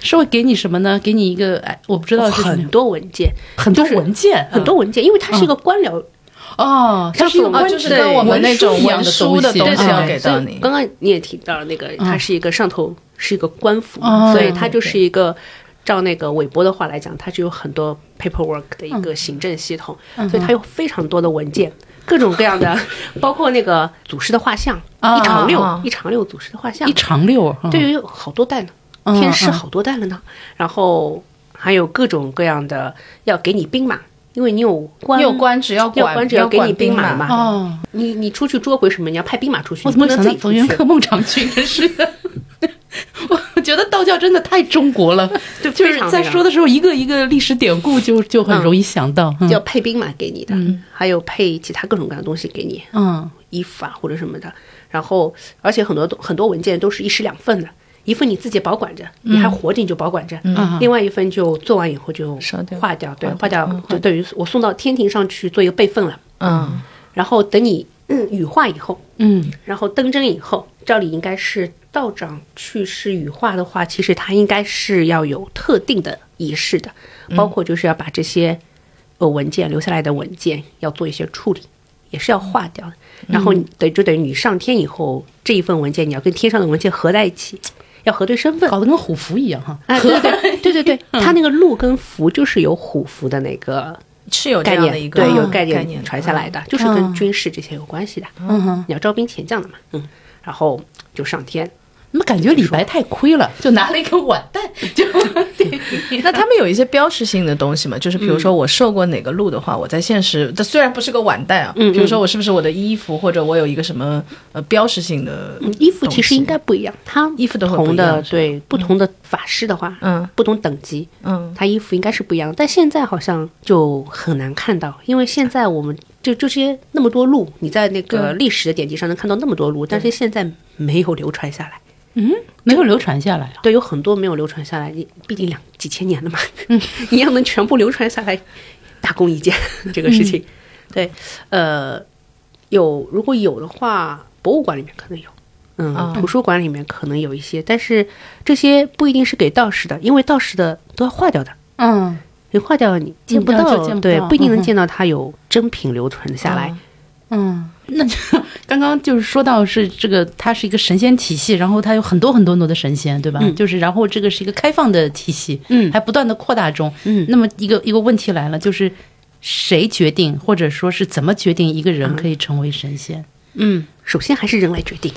A: 是会给你什么呢？给你一个哎，我不知道是什
B: 哦很
A: 么，
B: 多文件，
A: 很多
B: 就是
A: 文件，
B: 很多文件，因为它是
A: 嗯
B: 一个官僚，
A: 哦，它是一个
C: 啊，
A: 关
C: 就是
A: 对
C: 跟我们
A: 文
C: 那
A: 书
C: 种
A: 一样
C: 文书的
A: 东
C: 东西
A: 西
C: 要
A: 嗯
C: 给
B: 所
C: 到
B: 以
C: 你，
B: 刚刚你也提到了那个，它是一个上头是一个官服
A: 哦
B: 嘛，所以它就是一个。照那个韦伯的话来讲，它就有很多 paperwork 的一个行政系统，
A: 嗯
B: 所以它有非常多的文件，各种各
A: *laughs*
B: 样的，包括那个祖师的画像，
A: 啊
B: 一长
C: 啊
B: 六一长六祖师的画像
A: 一，长溜儿，嗯
B: 对，有好多代呢，
A: 嗯
B: 天师
A: 嗯
B: 好多代了呢，然后还有各种各样的要给你兵马，因为你有官
C: 你有官职要
B: 要
C: 管，
B: 官职要给你
C: 管兵
B: 马嘛，
A: 哦，
B: 你你出去捉鬼什么，你要派兵马出去，
A: 我怎么
B: 你
A: 想
B: 不
A: 到
B: 能自
A: 冯
B: 己
A: 源
B: 出
A: 克
B: 去？
A: 孟尝君真 *laughs* 是的？我觉得道教真的太中国 *laughs* 了，
B: 对
A: 就
B: 非
A: 是
B: 常
A: 在
B: 非常
A: 说的时候，一个一个历史典故就就很容易想到。嗯
B: 要配兵马给你的，还有配其他各种各样的东西给你，
A: 嗯
B: 衣服啊或者什么的。然后，而且很多很多文件都是一式两份的，一份你自己保管着，你还活着你就保管着，另外一份就做完以后就
C: 烧掉
B: 化掉，对，化掉就等于我送到天庭上去做一个备份了。
C: 嗯，
B: 然后等你嗯羽化以后，
A: 嗯
B: 然后登真以后，照理应该是道长去世羽化的话，其实他应该是要有特定的仪式的，
C: 嗯
B: 包括就是要把这些呃文件留下来的文件要做一些处理，也是要化掉的。
C: 嗯
B: 然后你等就等于你上天以后，这一份文件你要跟天上的文件合在一
C: *laughs*
B: 起，要核对身份。
A: 搞得跟虎符一样哈。
B: 啊，对对对对对，
C: 嗯
B: 他那个禄跟福就是有虎符的那个
C: 是有这
B: 概
C: 样的一
B: 念，
C: 个嗯
B: 对，有概
C: 概念
B: 念
C: 的嗯
B: 传下来，的，就是跟军事这些有关系的。
A: 嗯哼，
B: 你要招兵遣将的嘛，嗯，然后就上天，
A: 怎么感觉李白太亏了，就拿了一个碗蛋， *laughs* 就
C: *laughs* 那他们有一些标志性的东西嘛？就是比如
B: 嗯
C: 说我受过哪个路的话，我在现实，这虽然不是个腕带啊，
B: 嗯
C: 比如说我是不是我的衣服，或者我有一个什么呃标志性的
B: 嗯衣服其实应
C: 东西
B: 该不一样，它
C: 衣服都
B: 不
C: 会
B: 同
C: 不一
B: 的
C: 样是吧
B: 对不同的法师的话，
C: 嗯，
B: 不同等级，
C: 嗯
B: 它衣服应该是不一样的，但现在好像就很难看到，因为现在我们就就这些那么多路，你在那个历史的典籍上能看到那么多路，但是现在没有流传下来，
A: 没有流传下来啊。
B: 对，有很多没有流传下来，你毕竟两几千年了嘛，
A: 嗯
B: *laughs* 你要能全部流传下来，大功一件这个事
A: 嗯
B: 情。 *laughs* 对，呃，有如果有的话，博物馆里面可能有，嗯，
A: 哦
C: 啊
B: 图书馆里面可能有一些，但是这些不一定是给道士的，因为道士的都要化掉的。
A: 嗯
B: 你化掉你见不
A: 嗯
B: 到，
A: 就见不
B: 对，
A: 到
B: 不一
A: 嗯
B: 定
A: 哦
B: 能
A: 嗯
B: 见到它有真品流传下来。
A: 嗯，那 *laughs* 就刚刚就是说到是这个，它是一个神仙体系，然后它有很多很多很多的神仙，对吧？就是然后这个是一个开放的体系，
B: 嗯
A: 还不断的扩大中。
B: 嗯
A: 那么一个一个问题来了，就是谁决定，或者说是怎么决定一个人可以成为神仙？
B: 嗯，首先还是人来决
A: *laughs*
B: 定，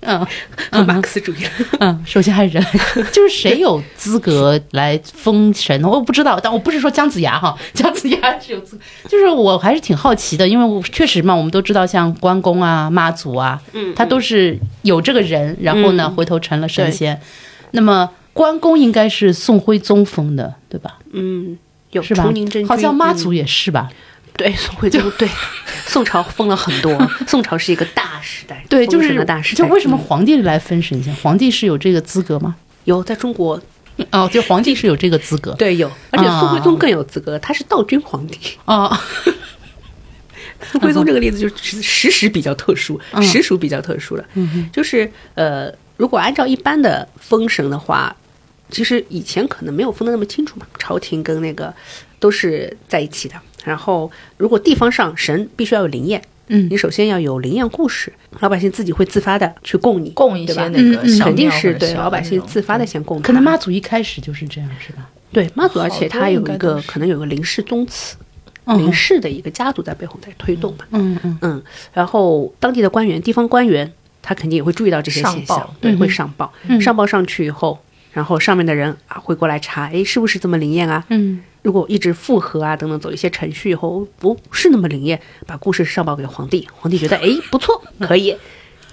A: 嗯
B: 很马克思主义。
A: 嗯，首先还是人， *laughs* 就是谁有资格来封神呢？我不知道，但我不是说姜子牙哈， *laughs* 姜子牙是有资格，就是我还是挺好奇的，因为我确实嘛，我们都知道像关公啊、妈祖啊，
B: 嗯
A: 嗯他都是有这个人，然后呢，回头成了神仙。那么关公应该是宋徽宗风的，对吧？
B: 嗯，有
A: 是吧
B: 崇宁真？君，
A: 好像妈
B: 嗯
A: 祖也是吧？
B: 对， *laughs* 宋徽宗对宋朝封了很
A: *laughs*
B: 多，宋朝是一个大时代，
A: 对，就
B: 封神
A: 是
B: 的大时代。
A: 就为什么
B: 嗯
A: 皇帝来分神仙？皇帝是有这个资格吗？
B: 有在中国？
A: 哦，就皇帝是有这个资格。
B: 对，有，而且宋徽
A: 啊
B: 宗更有资格，他是道君皇帝。
A: 哦，
B: 宋徽宗
A: 嗯
B: 这个例子就是实属比较特殊，实属比较特殊了。
A: 嗯
B: 就是呃，如果按照一般的封神的话，其实以前可能没有分得那么清楚嘛，朝廷跟那个都是在一起的。然后，如果地方上神必须要有灵验，
A: 嗯
B: 你首先要有灵验故事，老百姓自己会自发的去供你，
C: 供一
B: 对
C: 些
B: 吧？嗯
C: 那个小
B: 肯定
C: 庙或
B: 是
C: 者
B: 对
C: 小
B: 老百
C: 那
B: 姓
C: 种嗯
B: 自发的先供他，
A: 嗯可能妈祖一开始就是这样，是吧？
B: 对妈祖，而且
C: 多
B: 他有
C: 应该
B: 一
C: 都
B: 个
C: 是
B: 可能有个林氏宗祠，
A: 嗯
B: 林氏的一个家族在背后在推动嘛，
A: 嗯嗯，
B: 嗯，然后当地的官员、地方官员，他肯定也会注意到这些现象
C: 上报，
B: 对，
A: 嗯
B: 会上报。
A: 嗯
B: 上报上去以后，然后上面的人啊会过来查，哎，是不是这么灵验啊？
A: 嗯，
B: 如果一直复核啊等等走一些程序以后不是那么灵验，把故事上报给皇帝，皇帝觉得哎不错，可以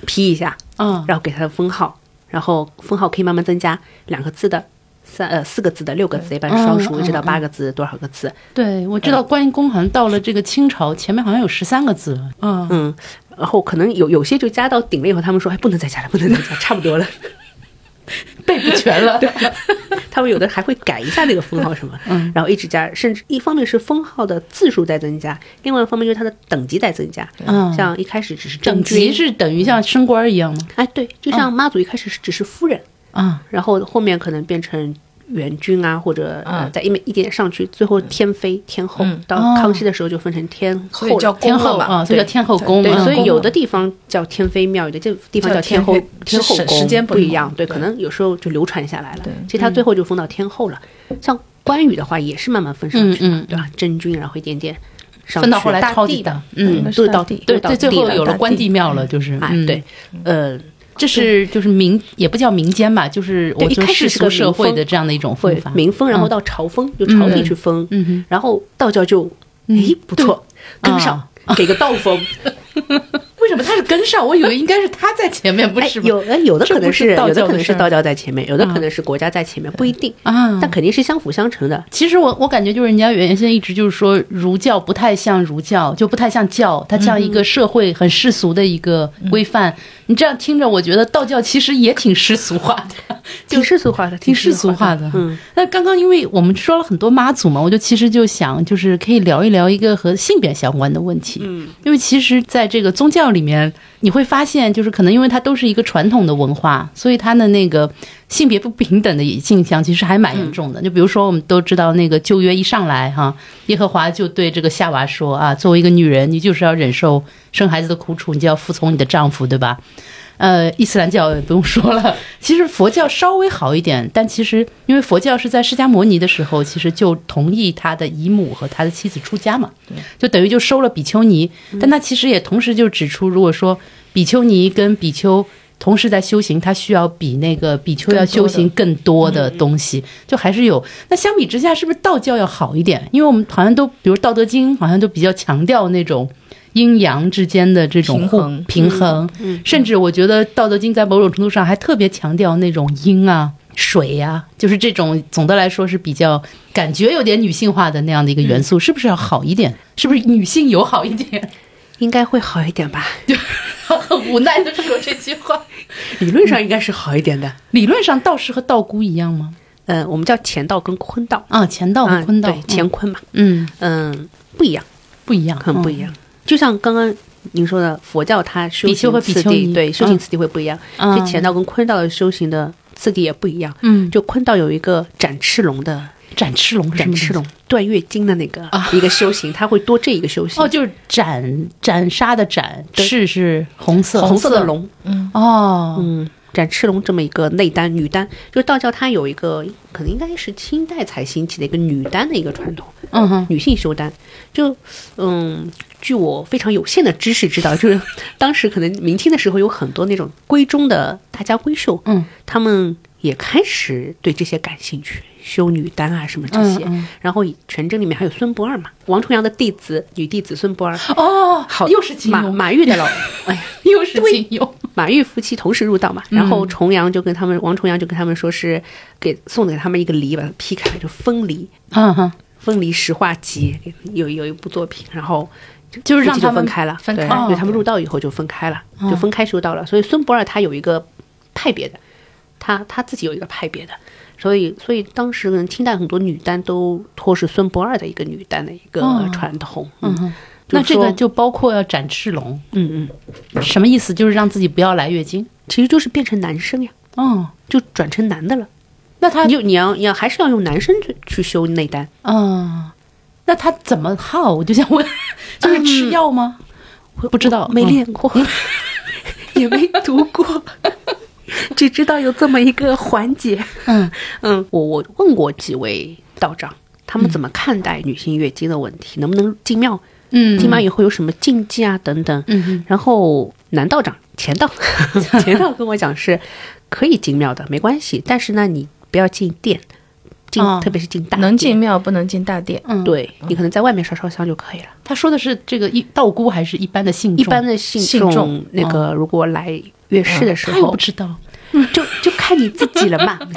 B: 批一下，
A: 啊，
B: 然后给他的封号，然后封号可以慢慢增加，两个字的。三呃四个字的六个字，一般是双数，
A: 嗯
B: 一直到
A: 嗯
B: 八个字，多少个字？
A: 对，我知道关公好像到了这个清朝，前面好像有十三个字了。嗯
B: 嗯，然后可能有有些就加到顶了以后，他们说哎不能再加了，不能再加，差不多了。
A: 背不 *laughs* 全了。
B: 他们有的还会改一下那个封号什么，
C: 嗯
B: 然后一直加，甚至一方面是封号的字数在增加，另外一方面就是它的等级在增加。
A: 嗯
B: 像一开始只是
A: 等
B: 正
A: 级
B: 君，
A: 是等于像升官一样吗？
B: 哎，对，就
C: 嗯
B: 像妈祖一开始是只是夫人，
A: 啊，
B: 然后后面可能变成元君啊，或者呃
C: 嗯
B: 再一一点点上去，最后天妃、天后，到康熙的时候就分成天后
C: 哦所以
B: 了
C: 叫
A: 天后
C: 宫了嘛
A: 啊，所以叫
C: 对
A: 天后宫
B: 对，
A: 嘛。
B: 所以有
A: 宫
B: 的地方叫天妃庙，有的地地方
A: 嗯
C: 叫
B: 叫
C: 天
B: 天后
C: 妃
B: 天后
C: 是
B: 宫，
C: 时间不
B: 不一
C: 同
B: 样。对，
C: 对
B: 可能有时候就流传下来了。
C: 对
B: 其实他最后就封到天后了。像关羽的话，也是慢慢分上去
A: 嗯
B: 嘛
A: 嗯，
B: 对吧？真君，然后一点点上
A: 分到后来
B: 去
A: 超
C: 大
A: 地
C: 地的
A: 嗯
C: 嗯，
B: 都到
C: 是大地
A: 对
B: 都到
A: 对，最
B: 地
A: 后
B: 了
A: 有了
C: 大
A: 关
C: 地
A: 帝庙了，就是
B: 哎，
A: 嗯
B: 对，呃，
A: 这是就是民也不叫民间吧，就是我
B: 对一
A: 就
B: 开
A: 世
B: 始是个
A: 俗社
B: 民
A: 会
B: 风
A: 的这样的一种
B: 会
A: 分法。
B: 民封，然后到朝封，就朝
A: 嗯
B: 廷去封，
A: 嗯哼，
B: 然后道教就诶不错，
A: 对啊
B: 跟上给个道封，
A: 为什么他是跟上？我以为应该是他在前面，不
B: 哎
A: 是吗？
B: 有哎有的
A: 这
B: 可
A: 不
B: 能
A: 是
B: 是
A: 道
B: 有
A: 教
B: 的可
A: 的
B: 能
A: 事
B: 是
A: 儿
B: 道教在前面，有的
A: 啊
B: 可能是国家在前面，不一定
A: 啊
B: 但肯定是相辅相成的。
A: 其实我我感觉就是人家原先一直就是说儒教不太像儒教，就不太像教，它像一个社会很世俗的一个规范。你这样听着，我觉得道教其实也挺世俗化的，就
B: 挺世俗化的，
A: 挺世俗化的。
B: 嗯，
A: 那刚刚因为我们说了很多妈祖嘛，我就其实就想，就是可以聊一聊一个和性别相关的问题。嗯，因为其实在这个宗教里面，你会发现，就是可能因为它都是一个传统的文化，所以它的那个性别不平等的现象其实还蛮严重的。就比如说，我们都知道那个旧约一上来哈、耶和华就对这个夏娃说啊，作为一个女人，你就是要忍受生孩子的苦楚，你就要服从你的丈夫，对吧？呃，伊斯兰教也不用说了，其实佛教稍微好一点，但其实因为佛教是在释迦摩尼的时候，其实就同意他的姨母和他的妻子出家嘛，就等于就收了比丘尼，但他其实也同时就指出，如果说比丘尼跟比丘同时在修行，他需要比那个比丘要修行更多的东西，就还是有。那相比之下，是不是道教要好一点？因为我们好像都，比如《道德经》，好像都比较强调那种。阴阳之间的这种
C: 平
A: 互
C: 衡
A: 平衡，嗯甚至我觉得《道德经》在某种程度上还特别强调那种阴啊、水呀、就是这种总的来说是比较感觉有点女性化的那样的一个元素，是不是要好一点？是不是女性友好一点？ *laughs*
B: 应该会好一点吧？
A: 很无奈的说这句话。
B: 理论上应该是好一点的。
A: 理论上，道士和道姑一样吗？
B: 呃，我们叫乾道跟坤道，
A: 啊，乾道和
B: 嗯
A: 坤道，
B: 对，乾坤嘛，
A: 嗯，嗯
B: 嗯，不一样，
A: 不一样，
B: 很不一
A: 样。
B: 样。就像刚刚您说的，佛教它修
A: 哦比丘和比
B: 行次
A: 丘尼
B: 第，对，修
A: 嗯
B: 行次第会不一样。
A: 嗯
B: 就乾道跟坤道的修行的次第也不一样。
A: 嗯，
B: 就坤道有一个展翅龙的
A: 展翅龙，
B: 展翅。龙断月经的那个一个修行，它会多这一个修行
A: 啊哦，。就是斩斩杀的斩，
B: 对
A: 翅是红色，
B: 红色的龙，
A: 哦，
B: 嗯，展翅龙这么一个内丹、女丹，就是道教它有一个可能应该是清代才兴起的一个女丹的一个传统，
A: 嗯哼，
B: 女性修丹。就嗯，据我非常有限的知识知道， *laughs* 就是当时可能明清的时候有很多那种闺中的大家闺秀，
A: 嗯，
B: 他们也开始对这些感兴趣。修女丹啊，什么这些，
A: 嗯嗯
B: 然后全真里面还有孙不二嘛，王重阳的弟
A: *laughs*
B: 子，女弟子孙不二，
A: 哦，
B: 好，
A: 又是金
B: 马
A: 庸，
B: 马玉的老，哎呀，
A: 又是金庸，
B: 马玉夫妻同时入道嘛，
A: 嗯
B: 然后重阳就跟他们，王重阳就跟他们说是给送给他们一个梨，把它劈开就分离，
A: 嗯哼，
B: 分离石化集有有一部作品，然后
A: 就是让
B: 估计
A: 他们
B: 分开了，
A: 分开
B: 对
A: 哦嗯
B: 对他们入道以后就分开了，就分开修道了。所以孙不二他有一个派别的，他他自己有一个派别的，所以所以当时可能清代很多女单都托是孙不二的一个女单的一个
A: 哦
B: 传统，
A: 嗯
B: 嗯
A: 哼，那这个
B: 说
A: 就包括要展翅龙，
B: 嗯嗯，
A: 什么意思？就是让自己不要来月经。
B: 其实就是变成男生呀，
A: 哦，
B: 就转成男的了。
A: 那他
B: 你就你要你要还是要用男生去去修内丹，
A: 嗯，那他怎么耗？我就想问， *laughs* 就是吃药吗？不知道，
B: 没
A: 嗯
B: 练过， *laughs* 也没读过，只知道有这么一个环节。
A: 嗯
B: 嗯，我我问过几位道长，他们怎么看待女性月经的问题，能不能进庙？
A: 嗯
B: 进庙以后有什么禁忌啊？等等。
A: 嗯嗯
B: 然后男道长前 *laughs* 道前道跟我讲是可以进庙的，没关系，但是呢，你不要进殿，进、
A: 哦
B: 特别是进大
C: 能
B: 殿
C: 进庙不能进
B: *laughs*
C: 大殿。
A: 嗯，
B: 对你可能在外面烧烧香就可以了。
A: 他说的是这个一道姑还是一般的信众？嗯
B: 一般的信
C: 信
B: 众，
C: 众
B: 那个如果来月事的时
A: 他又
B: 候
A: 哎不，知道。
B: 就就看你自己了
A: *laughs*
B: 嘛。 *laughs*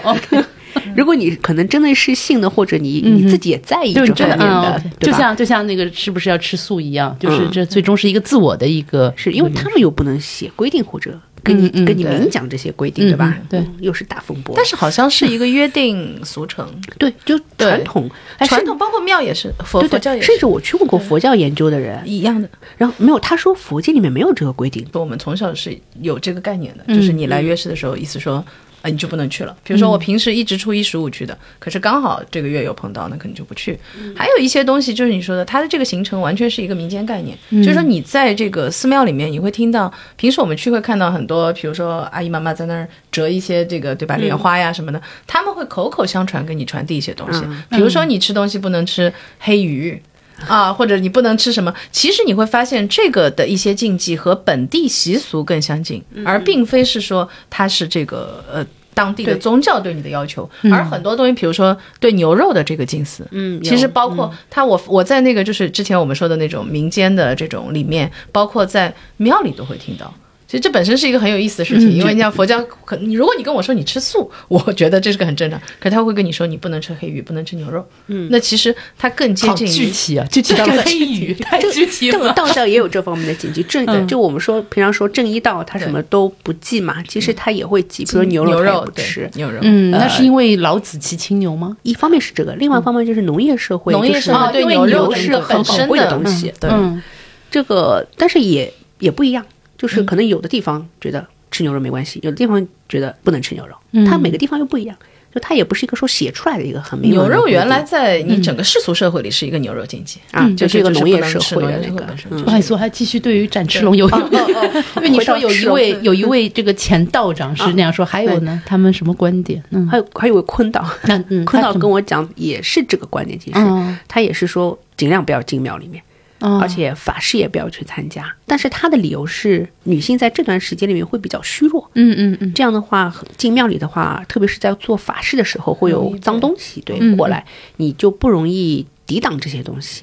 B: 如果你可能真的是信的，或者你
A: 嗯
B: 你自己也在意
A: 就是
B: 这
A: 真
B: 方面
A: 的
B: 的，，
A: 嗯
B: 对
A: 就
B: 吧
A: 像就像那个是不是要吃素一样，就是
B: 嗯
A: 这最终是一个自我的一个，
B: 是因为他们又不能写规定，或者跟你
A: 嗯嗯嗯
B: 跟你
C: 对
B: 明讲这些规定，对吧
A: 嗯嗯？对
B: 嗯，又是大风波。
C: 但是好像是一个约定俗成，
B: 对，就
C: 对
B: 传统，哎
C: 传
B: 甚
C: 统包括庙也是，佛
B: 对
C: 佛
B: 对
C: 教也
B: 甚
C: 是
B: 至我去问过佛教研究的人，
C: 一样的。
B: 然后没有，他说佛界里面没有这个规定。
C: 我们从小是有这个概念的，就是你来约事的时候，意思说。啊，你就不能去了。比如说，我平时一直初一十五去的，可是刚好这个月有碰到，那可能就不去。还有一些东西，就是你说的，它的这个行程完全是一个民间概念，就是说你在这个寺庙里面，你会听到，平时我们去会看到很多，比如说阿姨妈妈在那儿折一些这个对吧莲花呀什么的，他们会口口相传给你传递一些东西，比如说你吃东西不能吃黑鱼，啊，或者你不能吃什么。其实你会发现，这个的一些禁忌和本地习俗更相近，而并非是说它是这个呃。当地的宗教对你的要求，而很多东西，比如说对牛肉的这个禁祀，嗯，其实包括它，我我在那个就是之前我们说的那种民间的这种里面，包括在庙里都会听到。其实这本身是一个很有意思的事
B: 嗯
C: 情，因为你像佛教，可你如果你跟我说你吃素，我觉得这是个很正常，可是他会跟你说你不能吃黑鱼，不能吃牛肉，嗯，那其实它更接
A: 好
C: 近于
A: 具体啊，具体到
B: 这个
A: 黑鱼，太具体
B: 这个
A: 了。
B: 道教也有这方面的禁忌，正
A: 嗯
B: 就我们说平常说正一道，他什么都不忌嘛，其实他也会忌，比如牛肉
C: 嗯牛
B: 他也
C: 肉
B: 不
C: 对
B: 吃。
C: 牛肉，
A: 嗯，那是因为老子骑青牛吗？
B: 一方面是这个，另外一方面就是农业社会，
C: 农业
B: 就是
C: 社会对
B: 因为
C: 牛肉
B: 牛
C: 的
B: 是
C: 那个
B: 很
C: 本
B: 宝
C: 身
B: 贵的
C: 的
B: 东西，
C: 对
A: 嗯
B: 这个但是也也不一样，就是
C: 嗯
B: 可能有的地方觉得吃牛肉没关系，有的地方觉得不能吃牛肉，
C: 嗯
B: 它每个地方又不一样，就它也不是一个说写出来的一个很明文
C: 牛
B: 的
C: 肉
B: 规
C: 原
B: 定
C: 来 *laughs* 在你整个世俗社会里是一个牛肉禁忌，
B: 啊，
C: 就
B: 就是一个
C: 就
B: 农
C: 是不
B: 业
C: 能
B: 社
C: 吃
B: 会
C: 农
B: 的
C: 业
B: 那
C: 社会
B: 个
C: 本身，
B: 嗯
A: 不好意思，我还继续对于哦展翅龙有，
C: 哦
A: *laughs* 因为你说有一位有一位这个前道长是那样说，还有呢，他们什么观点？嗯，
B: 还有还有个坤导，
A: 那嗯嗯，
B: 坤导
A: 他怎
B: 跟
A: 么
B: 我讲也是这个观点，其实
A: 嗯
B: 他也是说尽量不要进庙里面，
A: 嗯
B: 而且法事也不要去参加。但是他的理由是，女性在这段时间里面会比较虚弱，
A: 嗯嗯嗯
B: 这样的话进庙里的话，特别是在做法事的时候，会有脏东西对
A: 嗯
B: 过来，你就不容易抵挡这些东
A: *laughs*
B: 西。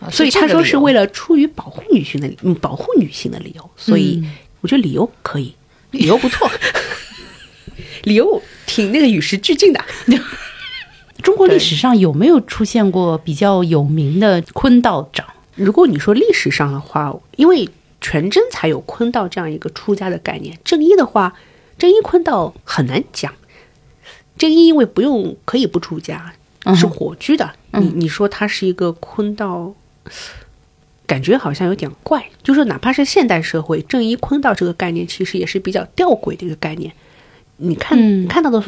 C: 啊
B: 所以他说是为
C: 了
B: 了出于保护女性的嗯保护女性的理由，所以
A: 嗯
B: 我觉得理由可以，理由不
A: *laughs*
B: 错，理由挺那个与时俱进的。
A: 中国历史上有没有出现过比较有名的坤道长？
B: 如果你说历史上的话，因为全真才有坤道这样一个出家的概念，正一的话，正一坤道很难讲。正一因为不用可以不出家，
C: 嗯
A: 嗯
B: 是火居的。你你说他是一个坤道，感觉好像有点怪。就说哪怕是现代社会，正一坤道这个概念其实也是比较吊诡的一个概念。你看、
A: 嗯
B: 你看到的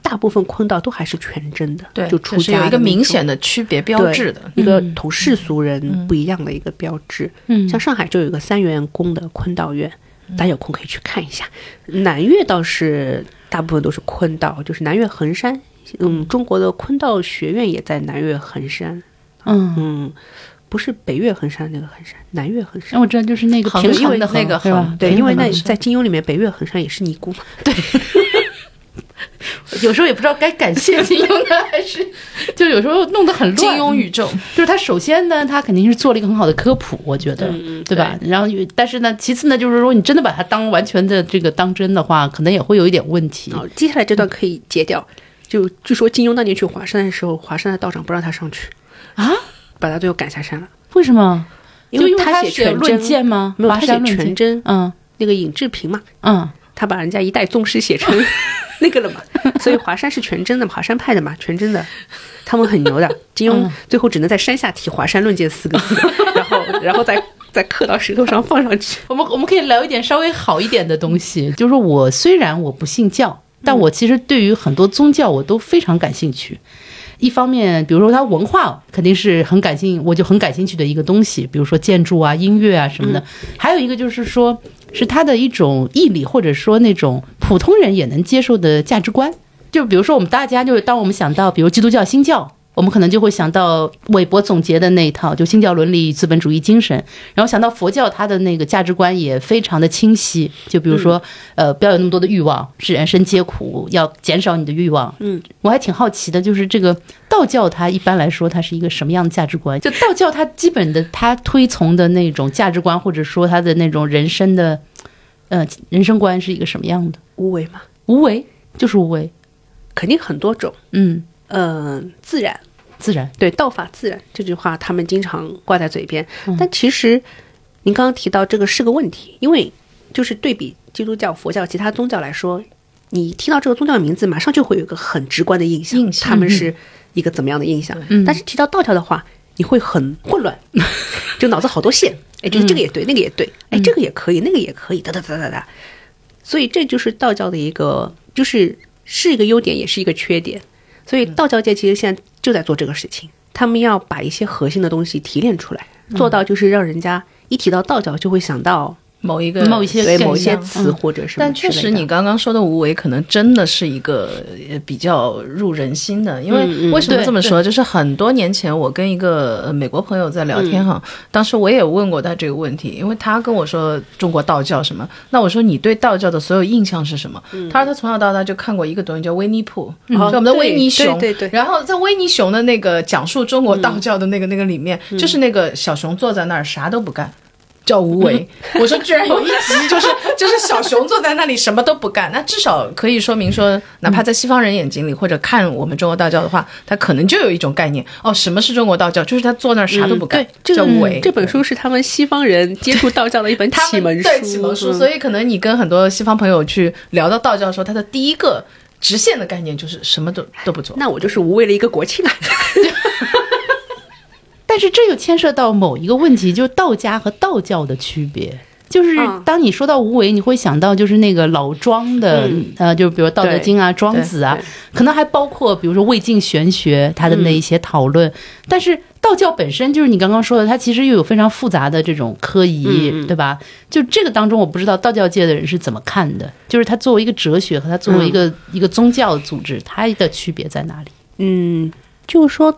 B: 大部分坤道都还是全真的，
C: 对，
B: 就出
C: 是
B: 家
C: 有一
B: 的
C: 个
B: 那
C: 明
B: 种
C: 显的区别标志的，嗯
B: 一个同世俗人不一样的一个标志。
A: 嗯
B: 像上海就有一个三元宫的坤道院，大家有空可以去看一下。南岳倒是大部分都是坤道，就是南岳衡山。嗯，中国的坤道学院也在南岳衡山。
A: 嗯，
B: 嗯，不是北岳衡山那个衡山，南岳衡山。
A: 让我知道就是那个
C: 衡
A: 平
C: 因为
A: 衡的
C: 那个
A: 哦衡对吧
C: 衡？
B: 对，
A: 平
B: 因为
A: 衡的
B: 那
A: 衡
B: 在金庸里面，北岳衡山也是尼姑嘛。对，
A: 有时候也不知道该感谢金庸呢，还是 *laughs* 就有时候弄得很
C: 金
A: 乱。嗯
C: 庸宇宙，
A: 就是他首先呢，他肯定是做了一个很好的科普，我觉得，嗯
B: 嗯
A: 对吧？然后，但是呢，其次呢，就是如果你真的把它当完全的这个当真的话，可能也会有一点问题。
B: 好，接下来这段可以截掉。就据说金庸当年去华山的时候，华山的道长不让他上去
A: 啊？
B: 把他最后赶下山了，
A: 为什么？
B: 因为
A: 就他
B: 写
A: 写
B: 全
A: 论
B: 真，
A: 剑吗？
B: 没有
A: 华
B: 他
A: 山
B: 写
A: 论
B: 全
A: 剑，
B: 真，
A: 嗯
B: 那个尹志平嘛，
A: 嗯，
B: 他把人家一代宗师写 *laughs* 成那个了嘛，所以华山是全真的嘛，华山派的嘛，全真的，他们很牛 *laughs* 的。金庸最后只能在山下提“华山论剑”四个字，然后然后再再刻到石头上放上去。
A: 我们我们可以聊一点稍微好一点的东西，就是说我虽然我不信教，但我其实对于很多宗教我都非常感兴趣。一方面，比如说它文化肯定是很感兴，我就很感兴趣的一个东西，比如说建筑啊、音乐啊什么的。还有一个就是说，是它的一种毅力，或者说那种普通人也能接受的价值观。就比如说，我们大家就是当我们想到，比如基督教、新教，我们可能就会想到韦伯总结的那一套，就新教伦理与资本主义精神。然后想到佛教，它的那个价值观也非常的清晰，就比如说，呃，不要有那么多的欲望，是人生皆苦，要减少你的欲望。嗯，我还挺好奇的，就是这个道教，它一般来说它是一个什么样的价值观？就道教它基本的它推崇的那种价值观，或者说它的那种人生的，呃，人生观是一个什么样的？
B: 无为嘛，
A: 无为就是无为，
B: 肯定很多种。
A: 嗯，
B: 嗯、自然
A: 自然，
B: 对“道法自然”这句话，他们经常挂在嘴边，但其实您刚刚提到这个是个问题，因为就是对比基督教、佛教其他宗教来说，你听到这个宗教名字，马上就会有一个很直观的印象，
C: 印象嗯
B: 他们是一个怎么样的印象？但是提到道教的话，你会很混乱，就脑子好多线，哎，就是这
C: 嗯
B: 个也对，那个也对，哎，这个也可以，那个也可以，哒哒哒哒哒。所以这就是道教的一个，就是是一个优点，也是一个缺点。所
C: 嗯
B: 以道教界其实现在就在做这个事情，他们要把一些核心的东西提炼出来，
C: 嗯
B: 做到就是让人家一提到道教就会想到
C: 某一个
A: 某一些
B: 对
A: 现
B: 某一些
A: 象
B: 词或者什么
C: 嗯但
B: 之类
C: 确
B: 的。
C: 实，你刚刚说的无为，可能真的是一个呃比较入人心的。因
B: 嗯
C: 为为什么
A: 对
C: 这么说？就是很多年前，我跟一个呃美国朋友在聊
B: 嗯
C: 天哈，当时我也问过他这个问题，因为他跟我说中国道教什么，那我说你对道教的所有印象是什么？
B: 嗯
C: 他说他从小到大就看过一个东西叫维尼铺，就我们的维尼熊。
B: 哦对嗯对对
C: 然后在维尼熊的那个讲述中国道教的那个那个里面，
B: 嗯
C: 就是那个小熊坐在那儿啥都不干。叫无为。 *laughs* 我说居然有一集就是 *laughs* 就是小熊坐在那里什么都不干，那至少可以说明说，哪怕在西方人眼睛里或者看我们中国道教的话，他可能就有一种概念哦，什么是中国道教？就是他坐那儿啥都不干，
B: 对这
C: 叫
B: 个
C: 无为。
B: 这本书是他们西方人接触道教的一本
C: *laughs* 他
B: 启
C: 们
B: 蒙书，嗯
C: 对启蒙书，嗯所
B: 以
C: 以可能你跟很多西方朋友去聊到道教的时候，他的第一个直线的概念就是什么都都不做。
B: 那我就是无为了一个国庆啊。
A: 但是这又牵涉到某一个问题，就是道家和道教的区别。就是
B: 嗯
A: 当你说到无为，你会想到就是那个老庄的，呃，就比如《道德经》啊、庄子啊
B: 嗯对，
A: 可能还包括比如说魏晋玄学它的那一些讨
B: 嗯
A: 论。但是道教本身就是你刚刚说的，它其实又有非常复杂的这种科仪，
B: 嗯
A: 对吧？就这个当中，我不知道道教界的人是怎么看的，就是它作为一个哲学和它作为一个、一个宗教组织，它的区别在哪里？
B: 嗯，就是说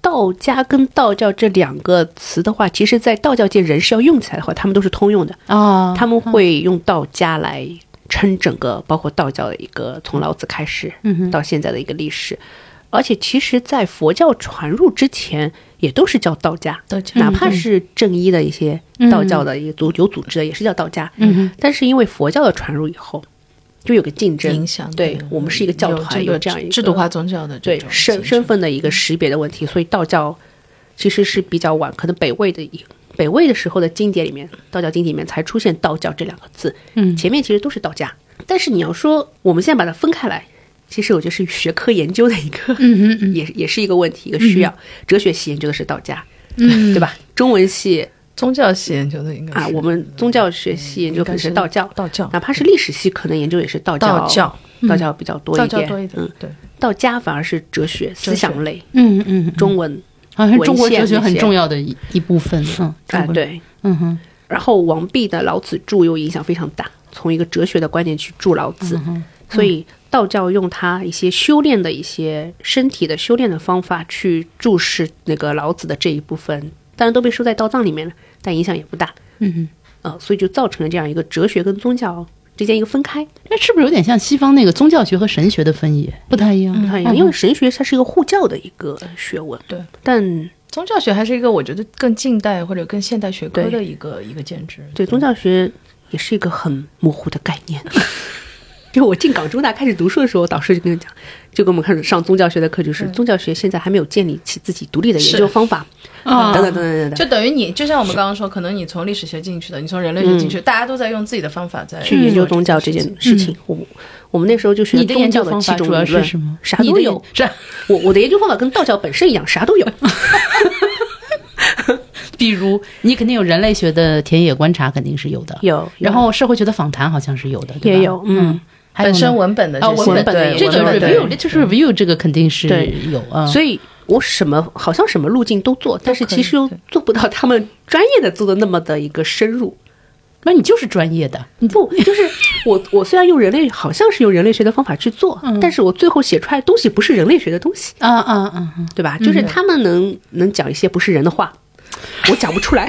B: 道家跟道教这两个词的话，其实，在道教界人是要用起来的话，他们都是通用的。
C: 嗯
A: 啊
B: 他们会用道家来称整个，包括道教的一个从老子开始
A: 嗯
C: 嗯
B: 到现在的一个历史。而且，其实，在佛教传入之前，也都是叫道家，
C: 道家
B: 哪怕是正一的一些
C: 嗯
B: 道教的一个组有组织的，也是叫道家。嗯，但是因为佛教的传入以后，就有个竞争
C: 影响
B: 对我们是一个教团，
C: 有
B: 有这样一个
C: 制度化宗教的这
B: 对
C: 种
B: 身
C: 形式嗯
B: 身份的一个识别的问题，所以道教其实是比较晚，可能北魏的一北魏的时候的经典里面，道教经典里面才出现“道教”这两个字。嗯，前面其实都是道家，但是你要说我们现在把它分开来，其实我觉得是学科研究的一个，嗯嗯嗯也也是一个问题，一个需要。
C: 嗯
B: 哲学系研究的是道家，嗯，对吧？中文系
C: 宗教系研究的嗯应该
B: 啊，
C: 嗯是
B: 我们宗教学系研究可能是道教，
C: 道教
B: 哪怕是历史系，可能研究也是道教，
C: 道教嗯
B: 道教比较多
C: 道
B: 一
C: 教
B: 点，
C: 多一点
B: 嗯，，
C: 对。
B: 道家反而是哲学思想类，
A: 嗯嗯，
B: 中文
A: 好像是中国
B: 文献
A: 哲学
B: 那
A: 很
B: 些
A: 重要的一一部分。嗯，中
B: 啊，
A: 国，
B: 对。
A: 嗯哼，
B: 然后王弼的《老子注》又影响非常大，从一个哲学的观点去注老子，
C: 嗯
B: 所以道教用他一些修炼的一些身体的修炼的方法去注释那个老子的这一部分，当然都被收在道藏里面了，但影响也不大。
A: 嗯哼，
B: 呃，所以就造成了这样一个哲学跟宗教之间一个分开，
A: 那是不是有点像西方那个宗教学和神学的分野？不太一样，
B: 不太一样。因为神学它是一个护教的一个学问，
C: 对，
B: 但
C: 宗教学还是一个我觉得更近代或者更现代学科
B: 对
C: 的一个一个建制。
B: 对宗教学也是一个很模糊的概念。 *laughs* 就我进港中大开始读书的时候，导师就跟我讲，就跟我们开始上宗教学的课，就是宗教学现在还没有建立起自己独立的研究方法，
A: 啊
B: 等等等等等等。
C: 就等于你，就像我们刚刚说，可能你从历史学进去的，你从人类学进去，大家都在用自己的方法在
B: 嗯去研究宗教这件事情，我们我们那时候就学
A: 嗯你的研
B: 宗
A: 究
B: 教
A: 方
B: 七
A: 法
B: 种
A: 主要
B: 理
A: 是
B: 论
A: 什么？
B: 啥
A: 你
B: 都
A: 的
B: 有。
A: 是
B: 我我的研究方法跟道教本身一样，啥
A: *laughs*
B: 都有。
A: 比如你肯定有人类学的田野观察，肯定是有的，
B: 有有
A: 然后社会学的访谈好像是有的，对吧
B: 也有嗯，
A: 还有
C: 本
A: 呢
C: 身文本的
A: 啊
C: 这些
A: 文
B: 本的
C: 对
B: 也
A: 这
B: 有
A: 个
C: 文本
A: review，
B: 对
A: 这就是 review，这个肯定是
B: 对
A: 有啊。
B: 所以我什么好像什么路径都做，但是其实又做不到他们专业的做的那么的一个深入。
A: 那你就是专业的，
B: 不，就是我 *laughs* 我虽然用人类好像是用人类学的方法去做，但是我最后写出来的东西不是人类学的东西，
A: 啊啊啊！啊
B: 对吧？就是他们能、能讲一些不是人的话，我讲不出来。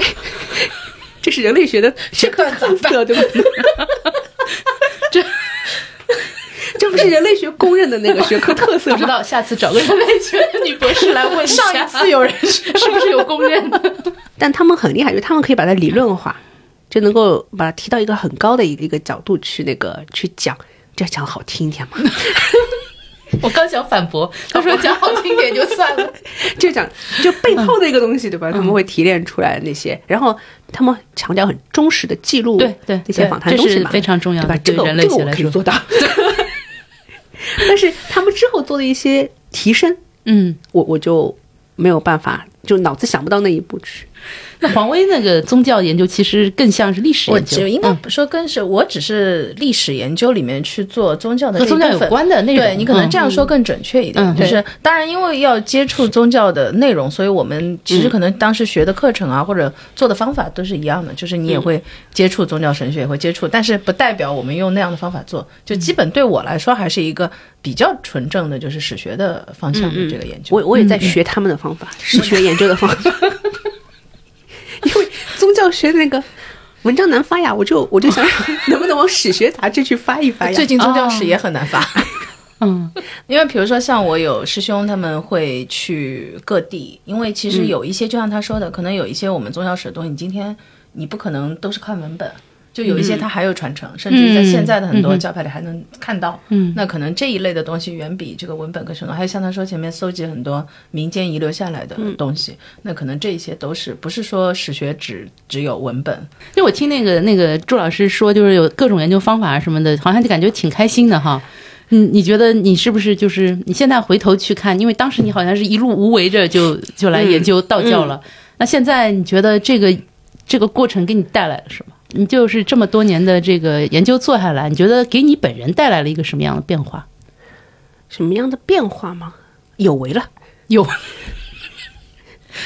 B: *laughs* 这是人类学的学科特色，对吧？ *laughs* 这这不是人类学公认的那个学科特色
A: 不知
B: 吗？
A: 道下次找个人类学的女博士来问一下，
C: 上一次有人说
A: 是不是有公认的？
B: 但他们很厉害，就是他们可以把它理论化，就能够把它提到一个很高的一个一个角度去那个去讲，这样讲得好听一点嘛。 *laughs*
A: 我刚想反驳，他说讲好听点就算了。
B: 就讲就背后的一个东西，对
A: 嗯
B: 吧？他们会提炼出来那些，然后他们强调很忠实的记录
A: 对对
B: 那些访谈
A: 对这
B: 东西嘛，
A: 是非常重要的
B: 对吧？这
A: 对
B: 个
A: 人类
B: 这个
A: 学
B: 我
A: 来
B: 可以
A: 说
B: 做到， *laughs* 但是他们之后做的一些提升，
A: 嗯，
B: 我我就没有办法，就脑子想不到那一步去。
A: 那黄威那个宗教研究其实更像是历史
C: 我
A: 研究嗯
C: 只，应该不说跟是，我只是历史研究里面去做宗教的
A: 和
C: 这一
A: 宗教
C: 部
A: 有
C: 分
A: 关的内容
C: 对你可能这样说更准确一点，
A: 嗯
C: 就是当然因为要接触宗教的内容，所以我们其实可能当时学的课程啊、或者做的方法都是一样的，就是你也会接触宗教神学，也会接触，但是不代表我们用那样的方法做，就基本对我来说还是一个比较纯正的，就是史学的方向
A: 嗯
C: 的这个研究。
B: 我我也在学他们的方法，是学研究的方法，
C: *laughs*
B: 因为宗教学那个。文章难发呀，我就我就
C: *laughs*
B: 想能不能往史学杂志去发一发呀？
C: 呃最近宗教史也很难发。
A: 嗯，
C: 因为比如说像我有师兄，他们会去各地，因为其实有一些，就像他说的，可能有一些我们宗教史的东西，你今天你不可能都是看文本，就有一些它还有传承，甚至于在现在的很多教派里还能看到。嗯，那可能这一类的东西远比这个文本更深入。还有像他说前面搜集很多民间遗留下来的东西，那可能这一些都是不是说史学只只有文本，
A: 就我听那个那个朱老师说，就是有各种研究方法什么的，好像就感觉挺开心的哈。你你觉得你是不是就是你现在回头去看，因为当时你好像是一路无为着就就来研究道教
B: 嗯
A: 了，那现在你觉得这个这个过程给你带来了什么？你就是这么多年的这个研究做下来，你觉得给你本人带来了一个什么样的变化？
B: 什么样的变化吗？有为了。
A: 有，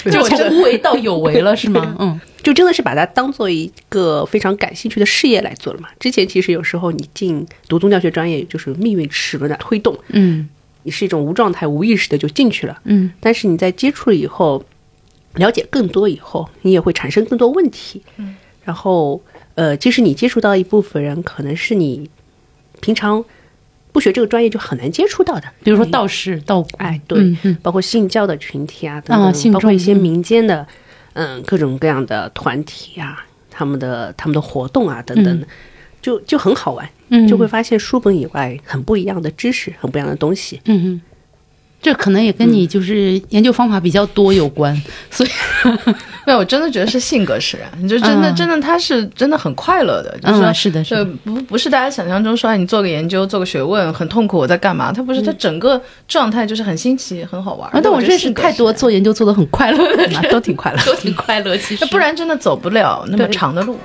B: 对
A: 就
B: 我觉得
A: 从无为到有为了是
B: *laughs*
A: 吗？嗯，
B: 就真的是把它当做一个非常感兴趣的事业来做了嘛。之前其实有时候你进读宗教学专业，就是命运齿轮的推动，
A: 嗯
B: 你是一种无状态、无意识的就进去了。
A: 嗯，
B: 但是你在接触了以后，了解更多以后，你也会产生更多问题。嗯，然后呃，即使你接触到一部分人，可能是你平常不学这个专业就很难接触到的。
A: 比如说道士、道骨，
B: 哎，对，
A: 嗯嗯
B: 包括信教的群体啊，等
A: 啊
B: 等，
A: 信
B: 包括
A: 众
B: 一些
A: 嗯
B: 民间的，嗯，各种各样的团体啊，他们的他们的活动啊，等等，就就很好玩，
A: 嗯
B: 就会发现书本以外很不一样的知识，很不一样的东西。
A: 嗯，嗯，这可能也跟你就是研究方法比较多有关，所以
C: 没有，我真的觉得是性格使然。你就真的、
A: 嗯
C: 真的，他是真的很快乐的，就是
A: 嗯
C: 说、
A: 是的是的
C: 就不不是大家想象中说哎你做个研究、做个学问很痛苦，我在干嘛？他不是，他整个状态就是很新奇、很好玩。
A: 嗯啊，但我认识太多
C: 做
A: 做研究做的很快乐的人，
C: 啊
A: *laughs*
C: 都挺快乐，
A: 都挺快乐，其实
C: 那不然真的走不了那么长的路。